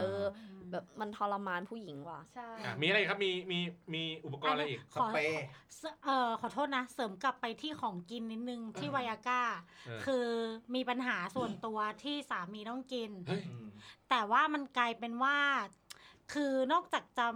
เออ แบบมันทรมานผู้หญิงว่ะ ใช่ อ่ะมีอะไรอีกครับมีมีมีอุปกรณ์อะไรอีก ขอ สเปรย์ เออขอโทษนะ เสริมกลับไปที่ของกินนิดนึงที่ไวอาก้า เออ คือมีปัญหาส่วนตัวที่สามีต้องกิน เฮ้ย แต่ว่ามันกลายเป็นว่า คือนอกจากจะ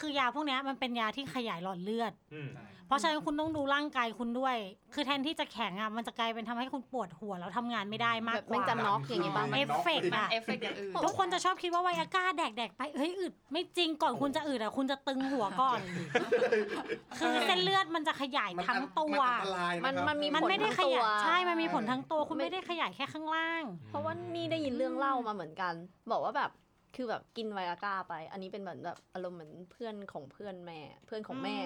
คือยาพวกเนี้ยมันเป็นยาที่ขยายหลอดเลือด อืม เพราะฉะนั้นคุณต้องดูร่างกายคุณด้วย คือแทนที่จะแข็งอ่ะมันจะกลายเป็นทำให้คุณปวดหัวแล้วทำงานไม่ได้มาก แบบ ก มัน ว่า จะน็อกอย่างงี้ป่ะ เอฟเฟกต์อะ เอฟเฟกต์อย่างอื่น ทุกคนจะชอบคิดว่าไวอาก้าแดกแดกๆไปเฮ้ยอึดไม่จริงก่อนคุณจะอึดอ่ะคุณจะตึงหัวก่อน คือเส้นเลือดมันจะขยายทั้งตัว มันอันตรายะครับ มันมันมี มันไม่ได้ขยาย ผลทั้งตัว ใช่ มันมีผลทั้งตัว คุณ ไม่ ไม่ได้ขยายแค่ข้างล่าง เพราะว่านี่ได้ยินเรื่องเล่ามาเหมือนกัน บอกว่าแบบคือแบบกินไวอาก้าไป อันนี้เป็นเหมือนแบบอารมณ์เหมือนเพื่อนของเพื่อนแม่ เพื่อนของแม่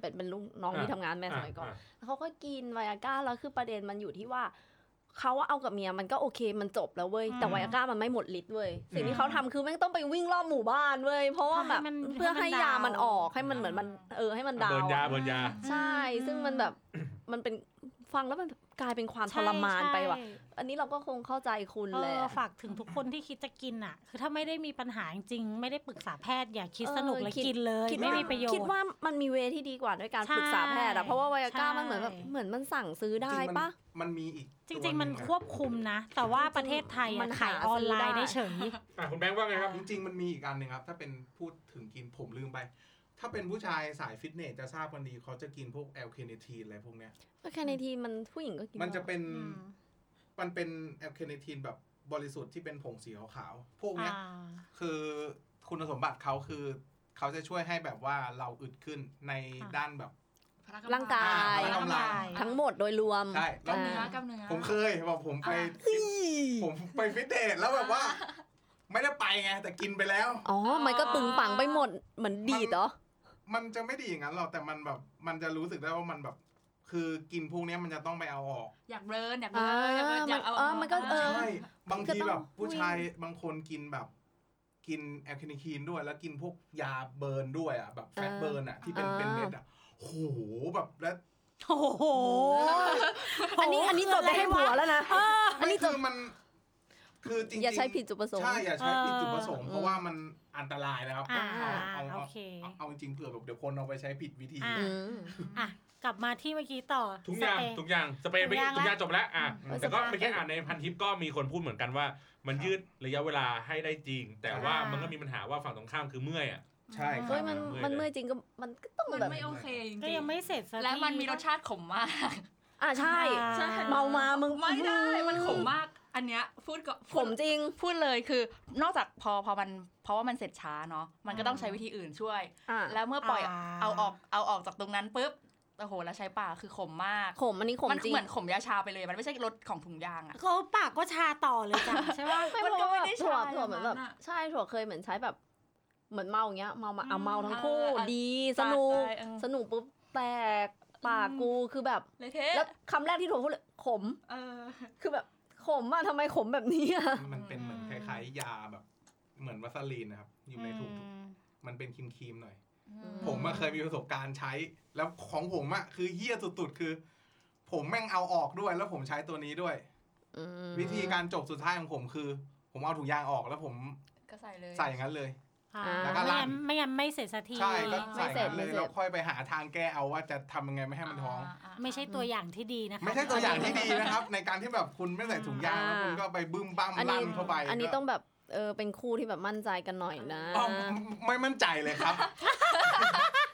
เป็นเป็นลูกน้องที่ทำงานแม่สมัยก่อน ะ แล้วเขาก็กินไวอาก้าแล้วคือประเด็นมันอยู่ที่ว่าเขาว่าเอากับเมียมันก็โอเคมันจบแล้วเว้ยแต่ อืม ไวอาก้ามันไม่หมดฤทธิ์เว้ยสิ่ง อื ที่ ม เขาทำคือแม่งต้องไปวิ่งรอบหมู่บ้านเว้ยเพราะว่าแบบ ให้มัน เพื่อให้ ให้มัน ยา ดาว มันออกให้มันเหมือนมันเออให้มันดา เบิร์วยนา อะ เบิร์นยา ใช่ ซึ่งมันแบบมันเป็นฟังแล้วมันกลายเป็นความท ใช่ รมานไปว่ะ ใช่ อันนี้เราก็คงเข้าใจคุณ เอ แหละ อฝากถึงทุกคนที่คิดจะกินอ่ะ คือถ้าไม่ได้มีปัญหาจริงๆไม่ได้ปรึกษาแพทย์อย่าคิด เออ สนุกและ คิด กินเลย คิด ไม่ ว่า มีประโยชน์ คิดว่ามันมีเวที่ดีกว่าด้วยการ ใช่ ปรึกษาแพทย์อะเพราะว่าไวอาก้า ใช่ มันเหมือนแบบเหมือนมันสั่งซื้อได้ จริงๆมัน ปะ มันมีอีก จริง ๆ มัน ตัวหะ ควบคุมนะ แต่ว่าประเทศไทย มั อะ นหา ขายออนไลซื้อน์ได้ ได้เฉย อ่ะคุณแบงค์ว่าไงครับ จริง ๆ มันมีอีกอันหนึ่งครับ ถ้าเป็นพูดถึงกินผมลืมไป ถ้าเป็นผู้ชายสายฟิตเนสจะทราบกันดีเขาจะกินพวกแอลเคเนทีนอะไรพวกเนี้ย ก็แค่ในทีมันผู้หญิงก็กิน มันจะเป็น อืม มันเป็นแอลเคเนทีนแบบบริสุทธิ์ที่เป็นผงสีขาวๆพวกเนี้ย อ่า คือคุณสมบัติเขาคือ เขาจะช่วยให้แบบว่าเราอึดขึ้นใน ค่ะ ด้านแบบ ร่างกาย อ่า ร่างกาย ทั้งหมดโดยรวม ใช่ กล้าม แว เนื้อ อ่าก ล้ามเนื้อ ผมเคยบอกผมไป อ่า ฟิตผมไปฟิตเนสแล้วแบบว่า ไม่ได้ไปไงแต่กินไปแล้ว อ๋อ มันก็ตึงปังไปหมด เหมือนดีดเหรอ มันจะไม่ดีอย่างนั้นหรอกแต่มันแบบ มันจะรู้สึกได้ว่ามันแบบ คือกินพวกเนี้ยมันจะต้องไปเอาออก อยากเบิร์นอยาก อ่ เบิร์นอยากเบิร์นอยากเอา ามันก็เออ ใช่ บางทีมันก็แบบต้อง ผู้ชายบางคนกินแบบกินแอลคาเนคีนด้วย แล้วกินพวกยาเบิร์นด้วยอ่ะแบบแฟตเบิร์นอ่ะที่เป็นเป็นเม็ดอ่ะโหแบบแล้ว โอ้โห อันนี้อันนี้จดไปให้ผัวแล้วนะ อันนี้จไม่คื ด อมัน คือจริงๆ อย่าใช้ผิดจุดประสงค์ ใช่อย่าใช้ผิดจุดประสงค์เพราะว่ามันอันตรายนะครับ อ่า เอาโอเอาเอา เค เอาเอาจริงๆเผื่อแบบเดี๋ยวคนเอาไปใช้ผิดวิธี อ่า อืม อ่ะกลับมาที่เมื่อกี้ต่อ ทุกอย่าง สเปรย์ ทุกอย่างสเปนไป ทุกอย่าง ทุกอย่าง ละ จบแล้วอ่ะ อืม แต่ก็ สเปน ไม่แค่อ่านในพันทิปก็มีคนพูดเหมือนกันว่า มันยืดระยะเวลาให้ได้จริง แต่ว่า อ่ามั มันก็มีปัญหาว่าฝั่งตรงข้ามคือเมื่อยอ่ะ ใช่ค เฮ้ รั ย บ มัน เมื่อย มันเมื่อยจริงก็มันก็ต้อง มัน แบบ ไม่โอเคจริงๆ ก็ยังไม่เสร็จสักที แล้วมันมีรสชาติขมมาก อ่ะใช่ ใช่ เมามามึง ไม่ได้มันขม อื มาก อันเนี้ยพูดก็ ขมจริง พูดเลยคือนอกจากพอพอมันเพราะว่ามันเสร็จช้าเนาะมันก็ต้องใช้วิธีอื่นช่วย อ่ะ แล้วเมื่อปล่อยเอาออกเอาออกจากตรงนั้นปุ๊บโอ้โหแล้วใช้ปากคือขมมาก ขมอันนี้ขม มัน จริง เหมือนขมยาชาไปเลย มันไม่ใช่รสของถุงยางอะ เขาปากก็ชาต่อเลยจ้ะใช่ป่ะ ไม่ มัน เพ ก็ ราะ ไม่ ว่า ได้ ถั่ว ใช้ ถั่วเหมือนแบบ แบบนั้นอะ ใช่ถั่วเคยเหมือนใช้แบบ เหมือนเมาอย่างเงี้ยเมามาเอา อืม เมาทั้งคู่ เออเออ ดีส ปาก นุก ไปเออ สนุกปุ๊บแตกปาก อืม กูคือแบบ เลยเทะ แล้วคำแรกที่ถั่วพูดเลยขม เออ คือแบบขมอ่ะทำไมขมแบบนี้อ่ะ มันเป็นเหมือนคล้ายๆยาแบบ เหมือนวัสลีนนะครับอยู่ในถุงมันเป็นครีมๆหน่อย ผมอะเคยมีประสบการณ์ใช้ แล้วของผมอะคือเฮี้ยสุดๆ คือ ผมแม่งเอาออกด้วย แล้วผมใช้ตัวนี้ด้วย อืม วิธีการจบสุดท้ายของผมคือ ผมเอาถุงยางออกแล้วผม ก็ใส่เลย ใส่อย่างนั้นเลย อ่า แล้วก็ ไม่ ลั่ งั้ น นไม่งั้นไม่เสร็จสักที ใช่ก็ใส่ ไม่ อ เสร็ ย่าง จ นั้นเล ไม่เสร็ยจ แล้วค่อยไปหาทางแก้เอาว่าจะทำยังไงไม่ให้มันท้อง ไม่ใช่ตัวอย่างที่ดีนะคะ ไม่ใช่ตัวอย่างที่ดีนะครับ ในการที่แบบคุณไม่ใส่ถุงยางแล้วคุณก็ไปบึ้มบ้าม อัน ลั่ นี้ นเข้าไป อันนี้ต้องแบบเออเป็นคู่ที่แบบมั่นใจกันหน่อยนะ อ๋อไม่มั่นใจเลยครับ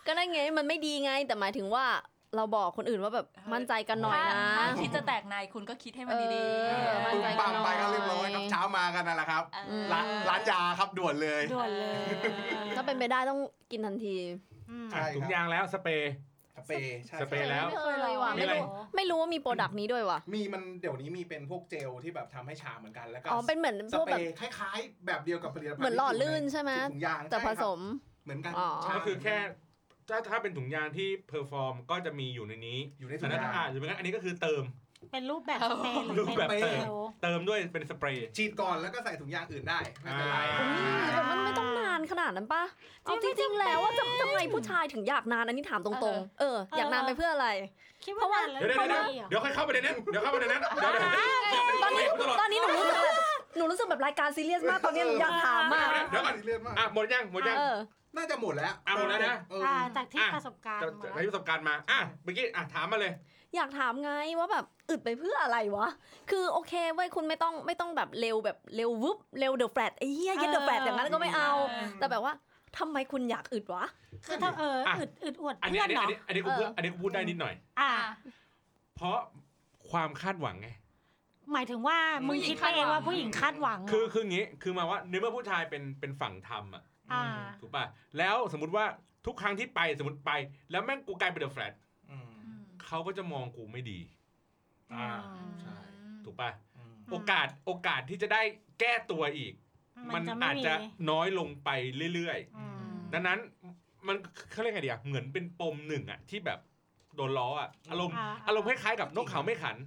ก็นั่นไงมันไม่ดีไง แต่หมายถึงว่าเราบอกคนอื่นว่าแบบ เออ มั่นใจกันหน่อยนะ ถ้าคิดจะแตกในคุณก็คิดให้มันดี เออ ๆ บึ้ม ใจ บ้าม หน่อย ไปก็เรียบร้อยครับเช้ามากันนั่นแหละครับ เออ อืม ร้านร้านยาครับด่วนเลย ด่วนเลย ถ้าเป็นไปได้ต้องกินทันที อืม ใช่ครับ ถุงยางแล้วสเปรย์ สเปรย์ใช่ค ส รับ เปรย์แล้ว ไม่เคยเลยว่ะ มี ไม่ อะไร รู้ไม่รู้ว่ามีโปรดักต์นี้ด้วยว่ะ มีมันเดี๋ยวนี้มีเป็นพวกเจลที่แบบทำให้ชาเหมือนกันแล้วก็ อ๋อเป็นเหมือน ส พวก เปร แบบ ย์คล้ายๆ แบบเดียวกับผลิตภัณฑ์ เหมือนหล่อลื่นใช่ไหม ถุงยาง แต่ผสม เหมือนกัน อ๋อ ใช่ ก็คือแค่ถ้าถ้าเป็นถุงยางที่เพอร์ฟอร์มก็จะมีอยู่ในนี้ อยู่ในถุ แต่ถ้ายงาง อ่านหรือไม่งั้นอันนี้ก็คือเติม เป็นรูปแบบสเปนหรือ รูปแบบ เป็น เติม เจล เติมด้วยเป็นสเปรย์ ฉีดก่อนแล้วก็ใส่ถุงยางอื่นได้ไม่เป็นไร อ่า อืมแต่มันไม่ต้องนานขนาดนั้นปะเอาจริงๆแล้วว่าจะทำไมผู้ชายถึงอยากนานอันนี้ถามตรงๆ เอออยากนานไปเพื่ออะไร คิดว่าวันเลย เดี๋ยวเดี๋ยว ไม่ เดี๋ยว ดีเหรอ เดี๋ยวค่อยเข้าประเด็นนั้นเดี๋ยวเข้าประเด็นนั้นเดี๋ยวเดี๋ยว ตอนนี้ตอนนี้หนูรู้สึกแบบหนูรู้สึกแบบรายการซีเรียสมากตอนนี้หนูอยากถามมาก เดี๋ยวก่อนเลือดมาก อ่ะหมดยังหมดยัง เออ น่าจะหมดแล้ว อ่ะหมดแล้วนะ เออ อ่าจากที่ อ่ะ ประสบการณ์ จะ หม จะ ด ใช้ประสบการณ์มาอ่ะเมื่อกี้อ่ะถามมาเลย อยากถามไงว่าแบบอึดไปเพื่ออะไรวะ คือโอเคเว้ยคุณไม่ต้องไม่ต้องแบบเร็วแบบเร็ววึบเร็วเดอะแฟลตไอ้เหี้ยยัดเดอะแฟลตอย่างนั้นก็ไม่เอา เออ แต่แบบว่าทำไมคุณอยากอึดวะ คือถ้าเออ อ่ะ อึดอึดอวด อันนี้ เพื่อ อั น นนี้ เหร อันี้อันนี้กูอนพูด เอออั อันนี้กูพูดได้นิดหน่อย อ่ะ อ่ะ เพราะความคาดหวังไง หมายถึงว่ามึงคิดไปเองว่าผู้หญิงคาดหวังเหร คือคืออย่างงี้คือหมายว่าในเมื่อผู้ชายเป็นเป็นฝั่งทำอ่ะ อ่า ถูกป่ะแล้วสมมติว่าทุกครั้งที่ไปสมมติไป แล้วแม่งกูกลายเป็นเดอะแฟลต อืม เขาก็จะมองกูไม่ดีอ่า ใช่ ถูกป่ะ อืม โอกาสโอกาสที่จะได้แก้ตัวอีก มั มัน จะไม่ อาจ มี จะน้อยลงไปเรื่อย อืม ๆ ดังนั้นมันเขาเรียกไงดีอ่ะเหมือนเป็นปมหนึ่งอ่ะที่แบบโดนล้ออ่ะอารมณ์ อ่า อารมณ์คล้ายๆกับนกเขาไม่ขัน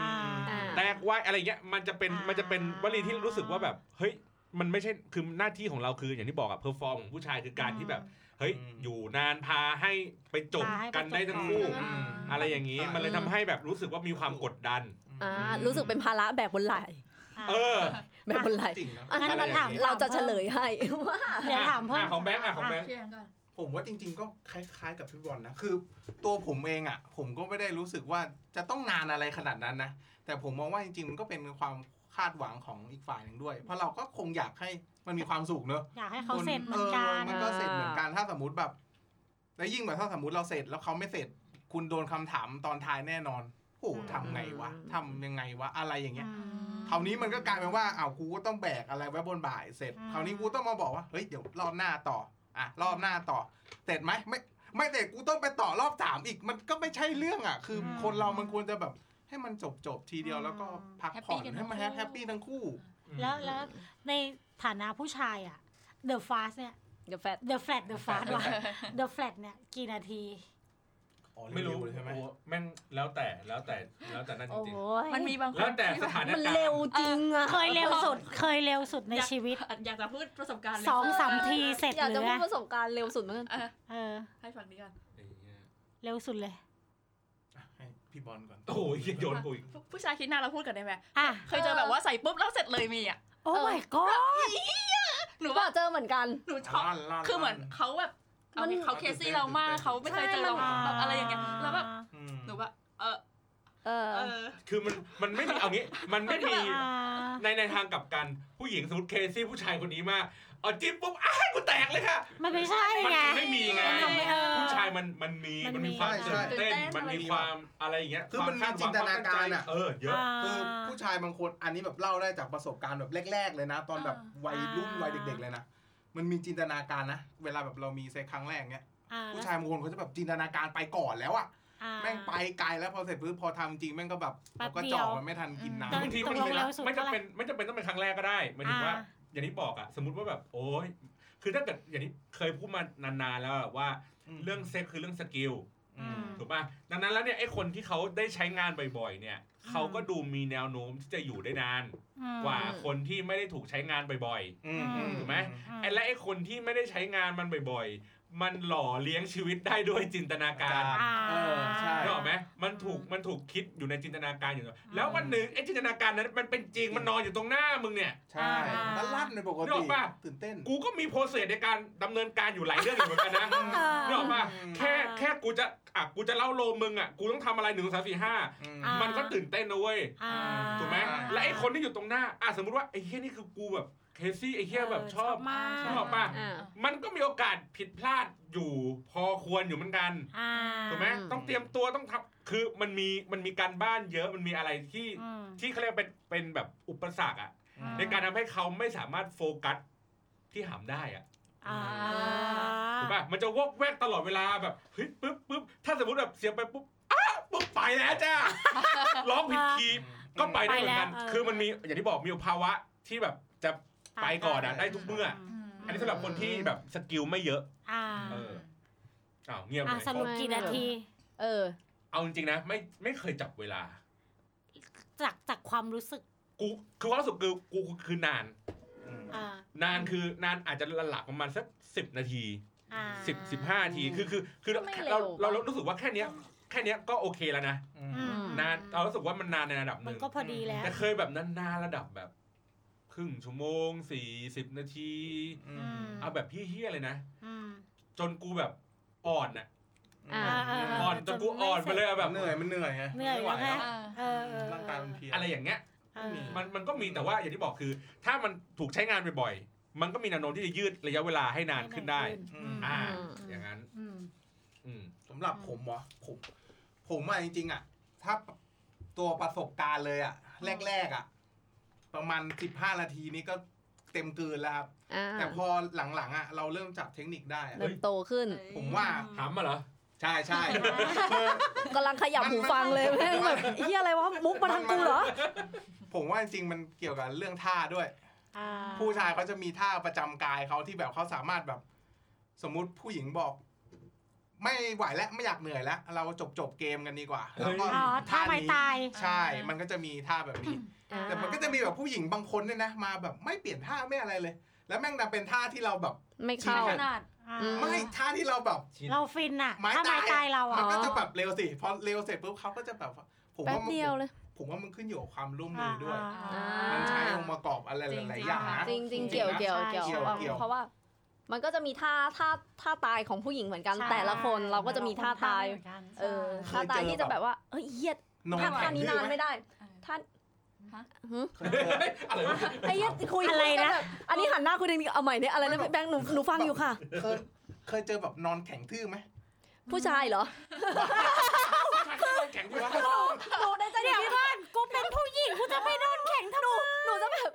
อ่า อ่า แตกไว้อะไรเงี้ยมันจะเป็น อ่ามั มันจะเป็นวลีที่รู้สึกว่าแบบเฮ้ยมันไม่ใช่คือหน้าที่ของเราคืออย่างที่บอกอะเพอร์ฟอร์มของผู้ชายคือการที่แบบเฮ้ยอยู่นานพาให้ไปจบกันได้ทั้งคู่ อืม อะไรอย่างนี้ อืม มันเลยทำให้แบบรู้สึกว่ามีความกดดัน อ่ารู้สึกเป็นภาระแบกบนไหล่ อ่ะ เออ แบกบนไหล่ จริงนะ อันนั้น อะไรอย่างนี้ เราจะเฉลยให้ว่า เดี๋ยวถามเพิ่ม อ่ะของแบงค์อ่ะของแบงค์ เชียร์ก่อน ผมว่าจริง ๆ ก็คล้ายๆกับพี่บอลนะคือ ตัวผมเองอ่ะ ผมก็ไม่ได้รู้สึกว่าจะต้องนานอะไรขนาดนั้นนะ แต่ผมมองว่าจริงๆมันก็เป็นความคาดหวังของอีกฝ่ายหนึ่งด้วย เพราะเราก็คงอยากให้มันมีความสุขเนอะ อยากให้เขาเสร็จเหมือนกัน มันก็เสร็จเหมือนกันถ้าสมมติแบบ แล้วยิ่งแบบถ้าสมมติเราเสร็จแล้วเขาไม่เสร็จ คุณโดนคำถามตอนท้ายแน่นอนโอ้โห อืม ทำไงวะทำยังไงวะอะไรอย่างเงี้ย อืม คราวนี้มันก็กลายเป็นว่าอ้าวกูก็ต้องแบกอะไรไว้บนบ่ายเสร็จ อืม คราวนี้กูต้องมาบอกว่าเฮ้ยเดี๋ยวรอบหน้าต่ออ่ะรอบหน้าต่อ เสร็จไหมไม่ไม่เสร็จกูต้องไปต่อรอบสามอีกมันก็ไม่ใช่เรื่องอ่ะ คืออ ม คนเรามันควรจะแบบให้มันจบจบๆทีเดียวแล้วก็พัก แฮป ผ่อ ปี้ น กัน ให้มัน ทั้ง แฮปปี้ทั้งคู่ แล้วแล้วในฐานะผู้ชายอ่ะ The Fast เนี่ย เดี๋ยวแฟด The Flat The Fast ว่ะ The Flat เนี่ย กี่นาที อ๋อ ไม่รู้ ใช่ไหม โอ้โหแม่งแล้วแต่แล้วแต่แล้วแต่นั่นจ โอ้ ริง ย มันมีบางๆคแล้ว น แต่ ที่ ส แบบ ถาน มัน การ เร็ว ณ์ จริงอะ เคยเร็วสุด เคยเร็วสุดใน อยาก ชีวิต อยากจะพูดประสบการณ์เลย สองสามทีเสร็จ อยาก เล จะ ย พูด นะ ประสบการณ์เร็วสุดเหมือนกัน เออ เออ ให้ฟังนี้ก่อน ไอ้เหี้ย เร็วสุดเลย ให้พี่บอลก่อน โอ้ยโยนกูอีก ผู้ผู้ชายคิดหน้าเราพูดกันได้ไหม อ่ะ เคยเจอแบบว่าใส่ปุ๊บแล้วเสร็จเลยมีอ่ะ โอ้ my god หนู ก็ ว่า เจอเหมือนกัน หนูช็อก ลั่นลั่น คือเหมือน ลั่ เขาแบบเอา มัน ดิเขาเคซี่เรามากเขาไม่เคยเจอเรา ใช่มัน แบบอะไรอย่างเงี้ยแล้วแบบหนูว่าเออ เออ เออ คือมันมันไม่มีเอางี้ มันไม่มี อ่า ในในทางกลับกันผู้หญิงสมมติเคซี่ผู้ชายคนนี้มากเอาจิ้มปุ๊บอ้ายกูแตกเลยค่ะ มันไม่ใช่ มัน ไง ไม่มีไง มันไม่เออ ผู้ชายมันมันมี มัน มันมี มี ความตื่นเต้น ใช่ใช่ มันมีความอะไรอย่างเงี้ย คือ ว มันมี ดหวัง จินตนากาควมตั้งรใจ อะ เออเยอะ คือผู้ชายบางคนอันนี้แบบเล่าได้จากประสบการณ์แบบแรก ๆ เลยนะ ตอนแบบ อ่า วัยรุ่น อ่า วัยเด็ก ๆ เลยนะ มันมีจินตนาการนะ เวลาแบบเรามีเซ็กครั้งแรกเนี้ย อ่ ผู้ชายบางคนเขาจะแบบจินตนาการไปก่อนแล้วอะ อ่า แม่งไปไกลแล้วพอเสร็จปุ๊บพอทำจริงแม่งก็แบบ แป๊บ ก็ เดียว จ่อมันไม่ทันกินน้ำ อืม บางทีมัน ตกลงแล้วสุด ไม่ เท่า จำ ไหร่ เป็นไม่จำเป็นต้องเป็นครั้งแรกก็ได้หมายถึงว่า อย่างที่บอกอะสมมติว่าแบบโอ้ยคือถ้าเกิดอย่างที่เคยพูดมานานๆแล้วอะว่าเรื่องเซ็กคือเรื่องสกิล อืม ถูกป่ะดังนั้นแล้วเนี่ยไอ้คนที่เขาได้ใช้งานบ่อยๆเนี่ยเขาก็ดูมีแนวโน้มที่จะอยู่ได้นาน อืม กว่าคนที่ไม่ได้ถูกใช้งานบ่อย อืม ๆถูกไหม อืม ไอ้และไอ้คนที่ไม่ได้ใช้งานมันบ่อยๆ มันหล่อเลี้ยงชีวิตได้ด้วยจินตนาการ อ่า เออใช่ นึกออกไหมมันถูก มันถูกคิดอยู่ในจินตนาการอยู่แล้วแล้ววันหนึ่งไอ้จินตนาการนั้นมันเป็นจริง มันนอนอยู่ตรงหน้ามึงเนี่ย ใช่ อ่า มันลั่นเลยปก นึก ติ ออกป่ะ ตื่นเต้น กูก็มีโปรเซสในการดำเนินการอยู่หลายเรื่องอยู่เหมือน (laughs) กันนะนึกออกป่ะแค่ แค่กูจะ อ่ะ กูจะเล่าโลมึงอ่ะ กูต้องทำอะไรหนึ่งสองสามสี่ห้า อืม อ่ามั มันก็ตื่นเต้นนะเว้ย อ่า ถูกไหม อ่า และไอ้คนที่อยู่ตรงหน้า อ่ะสมมติว่าไอ้เฮียนี่คือกูแบบเคซี่ไอ้เฮียแบบชอบ มาก ชอบป่ะ อ่า มันก็มีโอกาสผิดพลาดอยู่พอควรอยู่เหมือนกัน อ่า ถูกไหมต้องเตรียมตัวต้องทำคือมันมี มันมีการบ้านเยอะ มันมีอะไรที่ อืม ที่เขาเรียกว่าเป็นเป็นแบบอุปสรรคอะ อ่า ในการทำให้เขาไม่สามารถโฟกัสที่หามได้อะ อ่า ถูกป่ะมันจะวอกแวกตลอดเวลาแบบเฮ้ยปึ๊บปึ๊บถ้าสมมติแบบเสียงไปปุ๊บอ้าปุ๊บไปแล้วจ้า ร้องผิดคีย์ก็ไปได้เหมือนกัน ไปแล้วเออ คือมันมีอย่างที่บอกมีภาวะที่แบบจะไปก่อนอะได้ทุกเมื่อ อืม อันนี้สำหรับคนที่แบบสกิลไม่เยอะ อ่า เออ อ้าวเงียบเล อ่ะ ย สรุปกี่นาที เออ เอาจริงๆนะไม่ไม่เคยจับเวลา จากจากความรู้สึก กูคือความรู้สึกคือกูคือนาน อืม อ่าน านคือนานอาจจะหลักๆประมาณสักสิบนาที อ่า สิบสิบห้านาทีคือคือคือ ก็ไม่เร็ เรา ว เราเรารู้สึกว่าแค่เนี้ยแค่เนี้ยก็โอเคแล้วนะ อืม นานเรารู้สึกว่ามันนานในระดับห มัน นึ่ง ก็พอดีแล้ว แต่เคยแบบนานๆระดับแบบครึ่งชั่วโมงสี่สิบนาที อื อื ม ม เอาแบบเฮี้ยๆเลยนะ อืม จนกูแบบอ่อนอ่ะ อ่า เ อ่อนจนกูอ่อนไปเลยอะแบบ เหนื่อยมันเหนื่อยไง เหนื่อย ไม่ไว แล้วไง แล้ว เออ เออเออ ร่างกายมันเพลีย อะไรอย่างเงี้ย เออ มันมันก็มีแต่ว่าอย่างที่บอกคือ ถ้ามันถูกใช้งานบ่อยๆมันก็มีแนวโน้มที่จะยืดระยะเวลาให้นานขึ้นได้ อืม อ่า อืม อย่างนั้น อืม อืม สำหรับผมเหรอผมผมอะจริงๆอะถ้าตัวประสบการณ์เลยอะแรกๆอะประมาณ 15 นาทีนี้ก็เต็มเกินแล้วครับ อ่า แต่พอหลังๆอะเราเริ่มจับเทคนิคได้อะ เริ่มโตขึ้น ผมว่า ถามมาเหรอ ใช่ใช่คือ กำลังขยับหูฟังเลย มันมัน แม่งแบบเฮียอะไรวะมุกมาทางกูเหรอ ผมว่าจริงๆมันเกี่ยวกับเรื่องท่าด้วย อ่า ผู้ชายเขาจะมีท่าประจำกายเขาที่แบบเขาสามารถแบบ สมมุติผู้หญิงบอก ไม่ไหวแล้วไม่อยากเหนื่อยแล้ว เราจบจบๆเกมกันดีกว่าแล้วก็ อ๋อท่าไม้ตาย ใช่ มันก็จะมีท่าแบบนี้ อ่า แต่มันก็จะมีแบบผู้หญิงบางคนเนี่ยนะ มาแบบไม่เปลี่ยนท่าไม่อะไรเลย แล้วแม่งดันเป็นท่าที่เราแบบ ไม่ ไม่ เข้า ขนาด อ่า อืม ไม่ท่าที่เราแบบ เราฟินอะ ไม้ ถ้าไม้ ตาย ตายเรา มั อะ นก็จะแบบเร็วสิพอเร็วเสร็จปุ๊บเขาก็จะแบบว่าผม แป๊ ว่า บ มั เดียวเลย ผมว่ามันขึ้นอยู่กับความร่วมมือด้วย อ่า มั มันใช้องค์ประกอบอะไรหลายๆอย่างนะ จริงจริงๆ จริงๆ เกี่ยว นะ เกี่ยวเกี่ยว ใช่ เพราะว่า เกี่ยว เพราะว่า มันก็จะมีท่าท่าท่าตายของผู้หญิงเหมือนกัน ใช่ แต่ละคนเราก็จะมีท่าตาย เหมือนกัน เออท่าตายที่จะแบบว่าเฮ้ยเฮีย นอน ท่า แข็ ท่าง นี้ ทื่ นาน ไหม ไม่ได้ท่า ฮะ หึ อะไรวะ ไอ้เหี้ยคุย อะไรนะ อันนี้หันหน้าคุยดีๆเอาใหม่เนี่ยอะไรนะแบงค์หนูหนูฟังอยู่ค่ะ เคยเคยเจอแบบนอนแข็งทื่อไหม ผู้ชายเหรอ แข็งกูวะ หนูได้ใจ เดี๋ยวก่อนกูเป็นผู้หญิงกูจะไปนอนแข่งทำไม หนูจะแบบ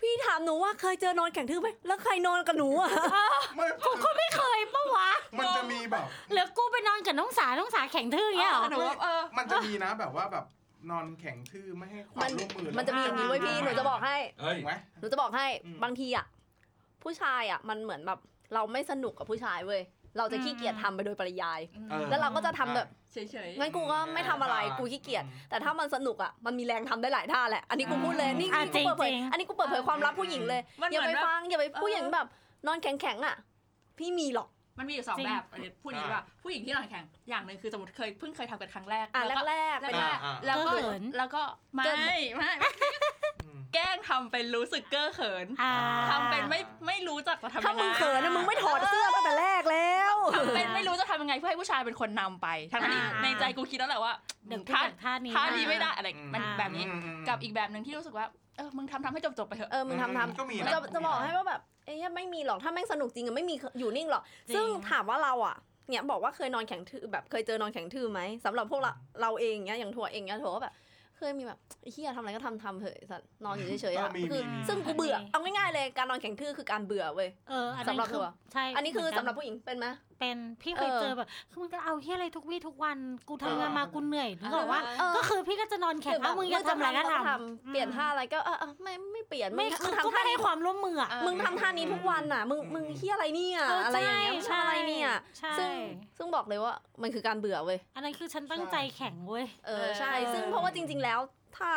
พี่ถามหนูว่าเคยเจอนอนแข็งทื่อไหมแล้วใครนอนกับหนูอ่ะ (laughs) ไม่ กูก็ไม่เคยปะวะ มันจะมีแบบ หรือกูไปนอนกับน้องสาน้องสาแข่งทื่ออย่างเงี้ยเหรอ หนูว่าเออ มันจะมีนะแบบว่าแบบนอนแข็งทื่อไม่ให้ความร่วมมือ มันจะมีอย่างนี้ไว้ยพี่หนูจะบอกให้ เฮ้ย ถูกไหม หนูจะบอกให้ อืม บางทีอ่ะผู้ชายอ่ะมันเหมือนแบบเราไม่สนุกกับผู้ชายเว้ย เราจะขี้เกียจทำไปโดยปริยาย เออ แล้วเราก็จะทำแบบ เฉยๆ งั้นกูก็ไม่ทำอะไรกูขี้เกียจแต่ถ้ามันสนุกอ่ะมันมีแรงทำได้หลายท่าแหละอันนี้กูพูดเลยนี่ อ่ะ นี่กูเปิดเผย จริงๆ อันนี้กูเปิดเผยความลับผู้หญิงเลย มันเห อย่า มือน ไป แบบ ฟังอย่าไปผู้ เออ หญิงแบบ นอนแข็งๆอ่ะ พี่มีหรอก มันมีอยู่สอง จริง แบบอันนี้พูดอย่างนี้ว่าผู้หญิงที่นอนแข็งอย่างหนึ่งคือสมมติเคยเพิ่งเคยทำกันครั้งแรก อ่ะ แล้วก็ แรก แล้วก็ อ่า แล้วก็ เกิน แล้วก็ไม่ เกิน ไม่ อืม แกล้งทำเป็นรู้สึกเก้อเขิน อ่า ทำเป็นไม่ไม่รู้จักจะทำยัๆงไง ถ้ามึงเขินนะมึงไม่ถอดเสื้อตั้งแต่แรกแล้ว ทำเป็นไม่รู้จะทำยังไงเพื่อให้ผู้ชายเป็นคนนำไปทั้งนี้ อ่า ในใจกูคิดแล้วแหละว่า เดี๋ยวกู ท่า อยากท่านี้ ท่า อ่ะ นี้ไม่ได้อะไรมัน อ่า แบบนี้ กับอีกแบบหนึ่งที่รู้สึกว่าเออมึงทำทำให้จบจบๆไปเถอะ เออมึงทำทำ ก็มีน จะจะบอกให้ว่าแบบเอ้ยไม่มีหรอกถ้าแม่งสนุกจริงอะไม่มีอยู่นิ่งหรอก จริง ซึ่งถามว่าเราอะเนี่ยบอกว่าเคยนอนแข็งทื่อแบบเคยเจอนอนแข็งทื่อไหมสำหรับพวกเราเราเองเนี่ยอย่างถั่วเองเนี่ยถั่วก็แบบ เคยมีแบบไอ้เฮียทำอะไรก็ทำทำเถอะไอ้สัตว์นอนอยู่เฉยๆอะ ก็มี คือ มี ซึ่งกูเบื่อเอาง่ายๆเลยการนอนแข็งทื่อคือการเบื่อเว้ย เอออันนั้สำนหรับ คื ตั อ ว ใช่ อันนี้คือ เหมืกั สำหรับผู้หญิงเป็นไหม เป็นพี่เคย เออ เจอแบบคือมึงจะเอาเฮียอะไรทุกวี่ทุกวันกูทำงาน เออ มากูเหนื่อยนึกออกว่า เออ ก็คือพี่ก็จะนอนแข็ง แบ แล้ บ วมึงยังทำอะไรก็ มึ ท ง ำ เปลี่ยนท่าอะไรก็เออเออไม่ไม่เปลี่ยน ไม่ ง คือ ทำ ก็ไม่ ท่า ให้ นี้ ความร่วมมืออ่ะ เออ มึงทำท่านี้ทุกวันน่ะมึงมึงเฮียอะไรเนี่ย เ อะไรอย่างเงี้ยมึง ใช่ ทำอะไรเนี่ย ใช่ ซึ่งซึ่งบอกเลยว่ามันคือการเบื่อเว้ย อันนั้นคือฉันตั้งใจแข็งเว้ย เออใช่ เออ ซึ่งเพราะว่าจริง ๆ แล้ว ถ้า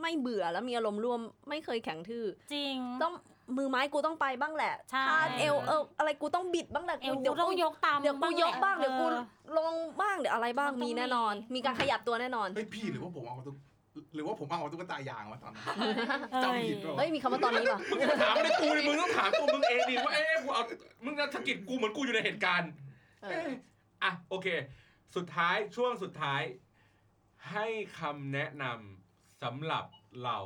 ไม่เบื่อแล้วมีอารมณ์ร่วมไม่เคยแข็งทื่อ จริง ต้องมือไม้กูต้องไปบ้างแหละ ใช่ ท่าเอวเอออะไรกูต้องบิดบ้างแหละ เอวกูต้องยกตาม เดี๋ยวกูยกบ้างเดี๋ยวกู ออ ลงบ้างเดี๋ยวอะไรบ้าง มันต้อง มีแน่นอน มี มีการขยับตัวแน่นอน เฮ้ยพี่หรือว่าผมเอาตุ๊กหรือว่าผมเอาตุ๊กตายางมาตอนนั้น เอ้ย จำผิดเปล่า เฮ้ยมีคำว่าตอนนี้ป่ะ มึงจะถามอะไรกูเลยมึงต้องถามตัวมึงเองดิว่าเอ๊ะกูเอามึงจะสะกิดกูเหมือนกูอยู่ในเหตุการณ์ เออ เอ๊ะอ่ะโอเค สุดท้ายช่วงสุดท้าย ให้คำแนะนำสำหรับเหล่า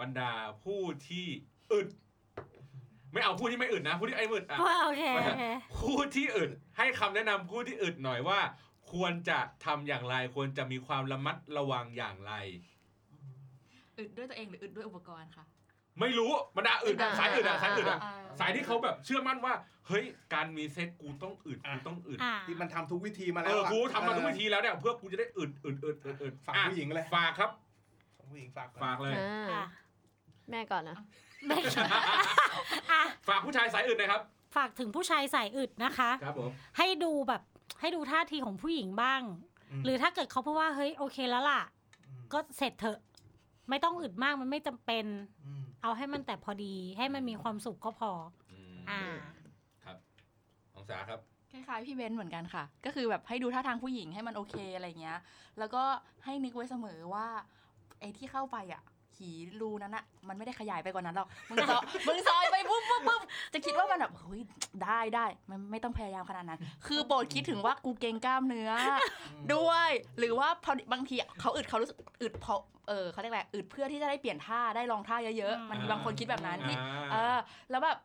บรรดาผู้ที่อึด ไม่เอาผู้ที่ไม่อึดนะ ผู้ที่ไอ้อึดอ่ะ ว่าโอเคโอเค ผู้ที่อึดให้คำแนะนำผู้ที่อึดหน่อยว่า ควรจะทำอย่างไร ควรจะมีความระมัดระวังอย่างไร อึดด้วยตัวเองหรืออึดด้วยอุปกรณ์คะ ไม่รู้บรรดาอึดอะ อ่า สายอึดอะสายอึดอะ อ่า สายที่เขาแบบเชื่อมั่นว่า เฮ้ย การมีเซ็กกูต้องอึดกูต้องอึด อ่า ที่มันทำทุกวิธีมาแล้ เอ ว อ อะ กูทำมาทุกวิธีแล้วเนี่ยเพื่อกูจะได้อึดอึดอึดอึดอึด ฝากผู้หญิงเลย ฝากครับ ฝากผู้หญิงฝากก่อน ฝากเลย อ่า อ่ะ แม่ก่อนนะ อ่ะ ฝากผู้ชายสายอึดหนะครับ ฝากถึงผู้ชายใส่อึดนะคะ ครับผม ให้ดูแบบให้ดูท่าทีของผู้หญิงบ้าง อืม หรือถ้าเกิดเขาพูดว่าเฮ้ยโอเคแล้วล่ะ อืม ก็เสร็จเถอะ ไม่ต้องอึดมากมันไม่จำเป็น อืม เอาให้มันแต่พอดี ให้มันมีความสุขก็พอ อ่า ของสาครับ คล้ายๆพี่เบนซ์เหมือนกันค่ะ ก็คือแบบให้ดูท่าทางผู้หญิงให้มันโอเคอะไรเงี้ย แล้วก็ให้นึกไว้เสมอว่าไอ้ที่เข้าไปอ่ะขีรูนั้นอะมันไม่ได้ขยายไปกว่านั้นหรอก มึงซอย มึงซอยไปปุ๊บปุ๊บปุ๊บจะคิดว่ามันแบบเฮ้ยได้ได้มันไม่ต้องพยายามขนาดนั้น คือโปรดคิดถึงว่ากูเกรงกล้ามเนื้อ ด้วย หรือว่าพอบางทีเขาอึดเขารู้สึกอึดเพราะเออเขาเรียกอะไรอึดเพื่อที่จะได้เปลี่ยนท่าได้ลองท่าเยอะๆ มันมีบางคนคิดแบบนั้นที่ เออแล้วแบบ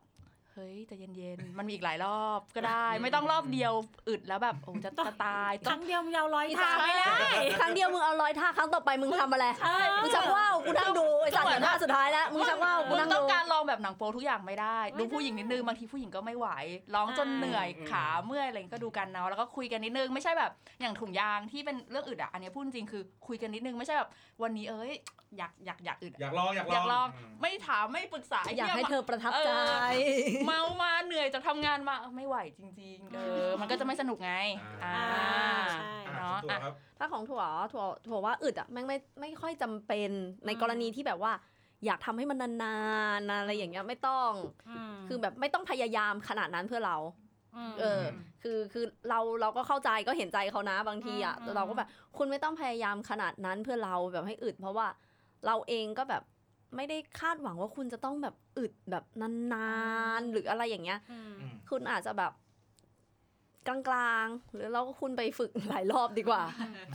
เฮ้ยใจะเย็นๆ มันมีอีกหลายรอบก็ได้ ไม่ต้องรอบเดียวอึดแล้วแบบ โอ้จะจะตาย ค ต้อ รั้ ง งเดียวมึงยาวร้อย อี ทา สาน งไม่ได้ ครั้งเดียวมึงเอาร้อยท่าครั้งต่อไปมึงทำอะไร เออ มึงชักว่าวกูนั่งดูไอ้สัตว์เดี๋ยวท่าสุดท้ายแล้วมึงชักว่าวกู มึง นั่ง ต้ ดู องการลองแบบหนังโป๊ทุกอย่างไม่ได้ ไม่ได้ ดูผู้หญิงนิดนึง บางทีผู้หญิงก็ไม่ไหว ร้องจนเหนื่อย อืม ขาเมื่อยอะไรก็ดูกันเนาะแล้วก็คุยกันนิดนึง ไม่ใช่แบบอย่างถุงยางที่เป็นเรื่องอึดอ่ะอันนี้พูดจริงๆคือ คุยกันนิดนึงไม่ใช่แบบวันนี้เอ้ยอยากอยากอยากอึดอะ อยากลองอยากล อยากล อ อง งไม่ถามไม่ปรึกษาไ อยาก เ ให้เธอประทับใจ เมามาเหนื่อยจากทำงานมาเออไม่ไหวจริง ๆ เออ มันก็จะไม่สนุกไง อ่า อ่า ใช่ อ่ เนาะ ส่วตัวครับ ถ้าของถั่วถั่วถั่วว่าอึดอ่ะแม่งไม่ไม่ค่อยจำเป็นใน อืม กรณีที่แบบว่า อยากทำให้มันนานๆอะไรอย่างเงี้ยไม่ต้อง ม คือแบบไม่ต้องพยายามขนาดนั้นเพื่อเรา ม เออ คือคือเราเราก็เข้าใจก็เห็นใจเขานะบางทีอ่ะ อืมอืม เราก็แบบคุณไม่ต้องพยายามขนาดนั้นเพื่อเราแบบให้อึด เพราะว่าเราเองก็แบบไม่ได้คาดหวังว่าคุณจะต้องแบบอึดแบบนานๆหรืออะไรอย่างเงี้ย อืม ม คุณอาจจะแบบกลางๆ หรือเราก็คุณไปฝึกหลายรอบดีกว่า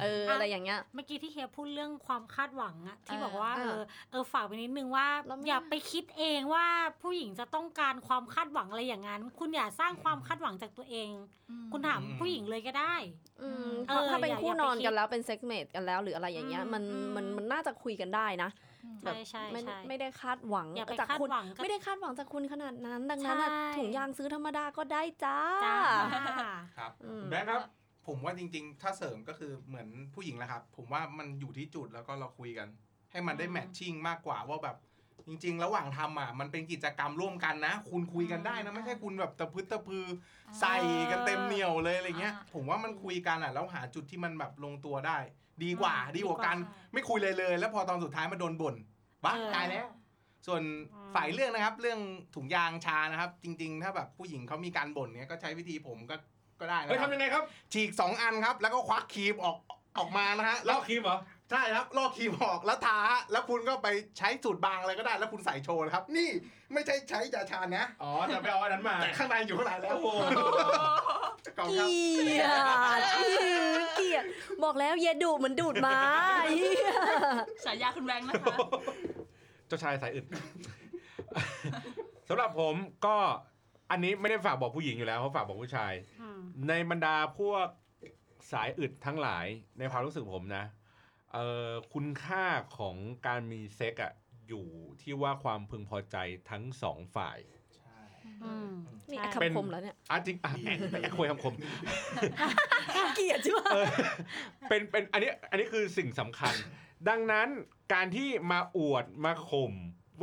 เอออะไรอย่างเงี้ย เมื่อกี้ที่เฮียพูดเรื่องความคาดหวังอะที่ เออ บอกว่า เอ เอ อ อเออฝากไปนิดนึงว่า เราไม่ อย่าไปคิดเองว่าผู้หญิงจะต้องการความคาดหวังอะไรอย่างนั้น คุณอย่าสร้างความคาดหวังจากตัวเอง คุณถาม อืม ผู้หญิงเลยก็ได้ อืม เออ ถ้าเป็น อย่า คู่ อย่านไปอน คิด กันแล้วเป็นเซ็กเมตกันแล้วหรืออะไรอย่างเงี้ย อืม มัน อืม มันมันน่าจะคุยกันได้นะ ใช่ใช่ ไม่ ใช่ ไม่ได้คาดหวัง อย่าไป จาก คาด คุณ หวังกับ ไม่ได้คาดหวังจากคุณขนาดนั้น ดังนั้นอะ ใช่ ถุงยางซื้อธรรมดาก็ได้จ้า จ้า ครับ อืม แบงค์ครับ ผมว่าจริง ๆ ถ้าเสริมก็คือเหมือนผู้หญิงแหละครับ ผมว่ามันอยู่ที่จุดแล้วก็เราคุยกัน ให้มันได้ อืม แมทชิ่งมากกว่าว่าแบบจ จริง ๆ ระหว่างทำอ่ะมันเป็นกิจกรรมร่วมกันนะ คุณคุยกันได้นะไม่ใช่คุณแบบตะพึดตะพือ ใส่กันเต็มเหนียวเลยอะไรเงี้ย อ่า ผมว่ามันคุยกันอ่ะแล้วหาจุดที่มันแบบลงตัวได้ ดีกว่า อืม ดีกว่ากัน ดีกว่า ไม่คุยเลยเลย แล้วพอตอนสุดท้ายมาโดนบ่นบ้า เออ ตายแล้ว ส่วน อืม ฝ่ายเรื่องนะครับ เรื่องถุงยางชานะครับ จริง ๆ ถ้าแบบผู้หญิงเขามีการบ่นเนี้ยก็ใช้วิธีผมก็ก็ได้นะ เฮ้ย ครับ ทำยังไงครับ ฉีกสองอันครับ แล้วก็ควักครีมออกออกมานะฮะ ล แล้ อ ว กครีมเหรอ ใช่ครับลอกครีมออกแล้วทาฮะแล้วคุณก็ไปใช้สูตรบางอะไรก็ได้ แล้วคุณใส่โชว์นะครับ นี่ไม่ใช่ใช้ยาชานะ อ๋อแต่ไปเอาอันนั้นมา แต่ข้างในอยู่ข้างในแล้ว โอ้โห ขอบ เก คุณครับ ลียดอื้อเกลียดบอกแล้วเยดูเหมือนดูดหมาเหี้ย ฉายาคุณแบงค์นะคะ (laughs) เจ้าชายสายอึดสำหรับผมก็อันนี้ไม่ได้ฝากบอกผู้หญิงอยู่แล้วเขาฝากบอกผู้ชาย อืม ในบรรดาพวกสายอึดทั้งหลายในความรู้สึกผมนะเอ่อคุณค่าของการมีเซ็กอะอยู่ที่ว่าความพึงพอใจทั้งสองฝ่าย อืม นี่ ใช่ อ่ะ เป็น คำคมแล้วเนี่ย อ่ะจริงอ่ะ (laughs) แอบแอบคุยคำคม เกลียดใช่ไหม เออ (laughs) เป็นเป็นอันนี้อันนี้คือสิ่งสำคัญ ดังนั้นการที่มาอวดมาข่ม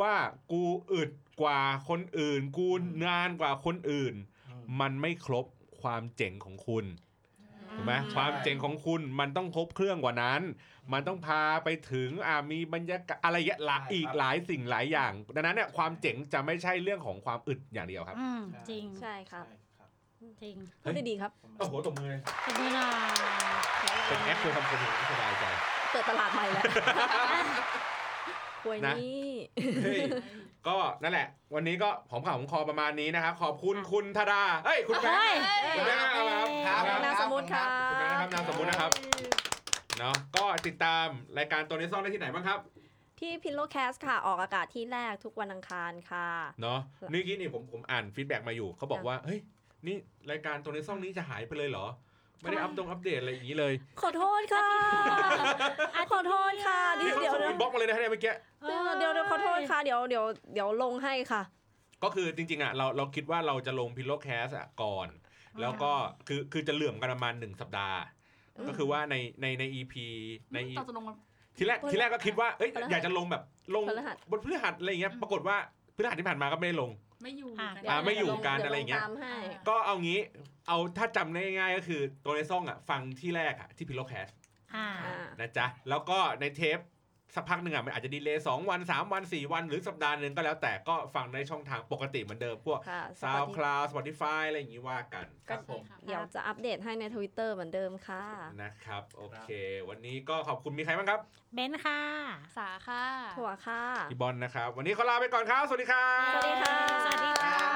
ว่ากูอึดกว่าคนอื่น กูนานกว่าคนอื่น มันไม่ครบความเจ๋งของคุณถูกไหม อืม ความเจ๋งของคุณมันต้องครบเครื่องกว่านั้น มันต้องพาไปถึงอ่ามีบรรยากาศอะไรเยอะหลาย ใช่ครับ อีกหลายสิ่งหลายอย่าง ดังนั้นเนี่ยความเจ๋งจะไม่ใช่เรื่องของความอึดอย่างเดียวครับ อืมจริง ใช่ครับ จริง พูดดีๆครับ โอ้โหตบมือเลย ขอบคุณค่ะ เป็นแอปคุยคำคมอย่างนี้สบายใจ เปิดตลาดใหม่แล้วควย นะ นี่ เฮ้ยก็นั่นแหละ วันนี้ก็หอมปากหอมคอประมาณนี้นะครับขอบคุณคุณธดาเฮ้ยคุณแบง เฮ้ย ค์คุณแบงค์เอามาครับ ครับ เอามา นา ครับมสมมติครั คุณแบงค์นะครับ บ นามสมมุตินะครับเนาะก็ติดตามรายการตัวนี้ซ่อนได้ที่ไหนบ้างครับ ที่พิ l โลแคสค่ะ ออกอากาศที่แรกทุกวันอังคารค่ะ เนาะนี่กี้นี่ผมผมอ่านฟีดแบ็กมาอยู่เขาบอกว่าเฮ้ยนี่รายการตัวนี้ซ่อนนี้จะหายไปเลยเหรอ ไม่ได้อัปดงอัปเดตอะไรอย่างนี้เลย ขอโทษค่ะ ขอโทษค่ะ นี่ เดี๋ยว เขา เดี๋ยส่งวเดี๋ย อิ วน บ็อกซ์มาเลยนะให้เมื่อกี้ เดี๋ยวเดี๋ยวขอโทษค่ะ เดี๋ยวเดี๋ยวเดี๋ยวลงให้ค่ะ ก็คือจริงๆอ่ะเราเราคิดว่าเราจะลงพิลโลแคสอ่ะก่อน แล้วก็คือคือจะเหลื่อมกันประมาณหนึ่งสัปดาห์ ก็คือว่าในในใน EP ใน เราจะลงมา ทีแรกทีแรกก็คิดว่า เอ้ย พฤหัส อยากจะลงแบบลง พฤหัส บนพฤหัสอะไรอย่างเงี้ย อืม ปรากฏว่าพฤหัสที่ผ่านมาก็ไม่ได้ลง ไม่อยู่ อ่ะ กัน อ่าไม่อยู่กัน ดี๋ว อะไรอย่างเงี้ย ตามให้ ก็เอางี้ เอาถ้าจำได้ง่ายๆก็คือตัวในซ่องอ่ะ ฟังที่แรกอ่ะ ที่พิโลแคส อ่า อ่า นะจ๊ะ แล้วก็ในเทปสักพักหนึ่งอ่ะ มันอาจจะดีเลย์สองวันสามวันสี่วัน หรือสัปดาห์หนึ่งก็แล้วแต่ก็ฟังในช่องทางปกติเหมือนเดิม พวก ค่ะ ซาวคลาวสปอติฟายอะไรอย่างงี้ว่ากัน ครับผม เดี๋ยวจะอัปเดตให้ในทวิตเตอร์เหมือนเดิมค่ะ นะครับ โอเค วันนี้ก็ขอบคุณมีใครบ้างครับ เบนซ์ค่ะ สาค่ะ ถั่วค่ะ พี่บอลนะครับ วันนี้ขอลาไปก่อนครับ สวัสดีครับ สวัสดีค่ะ สวัสดีค่ะ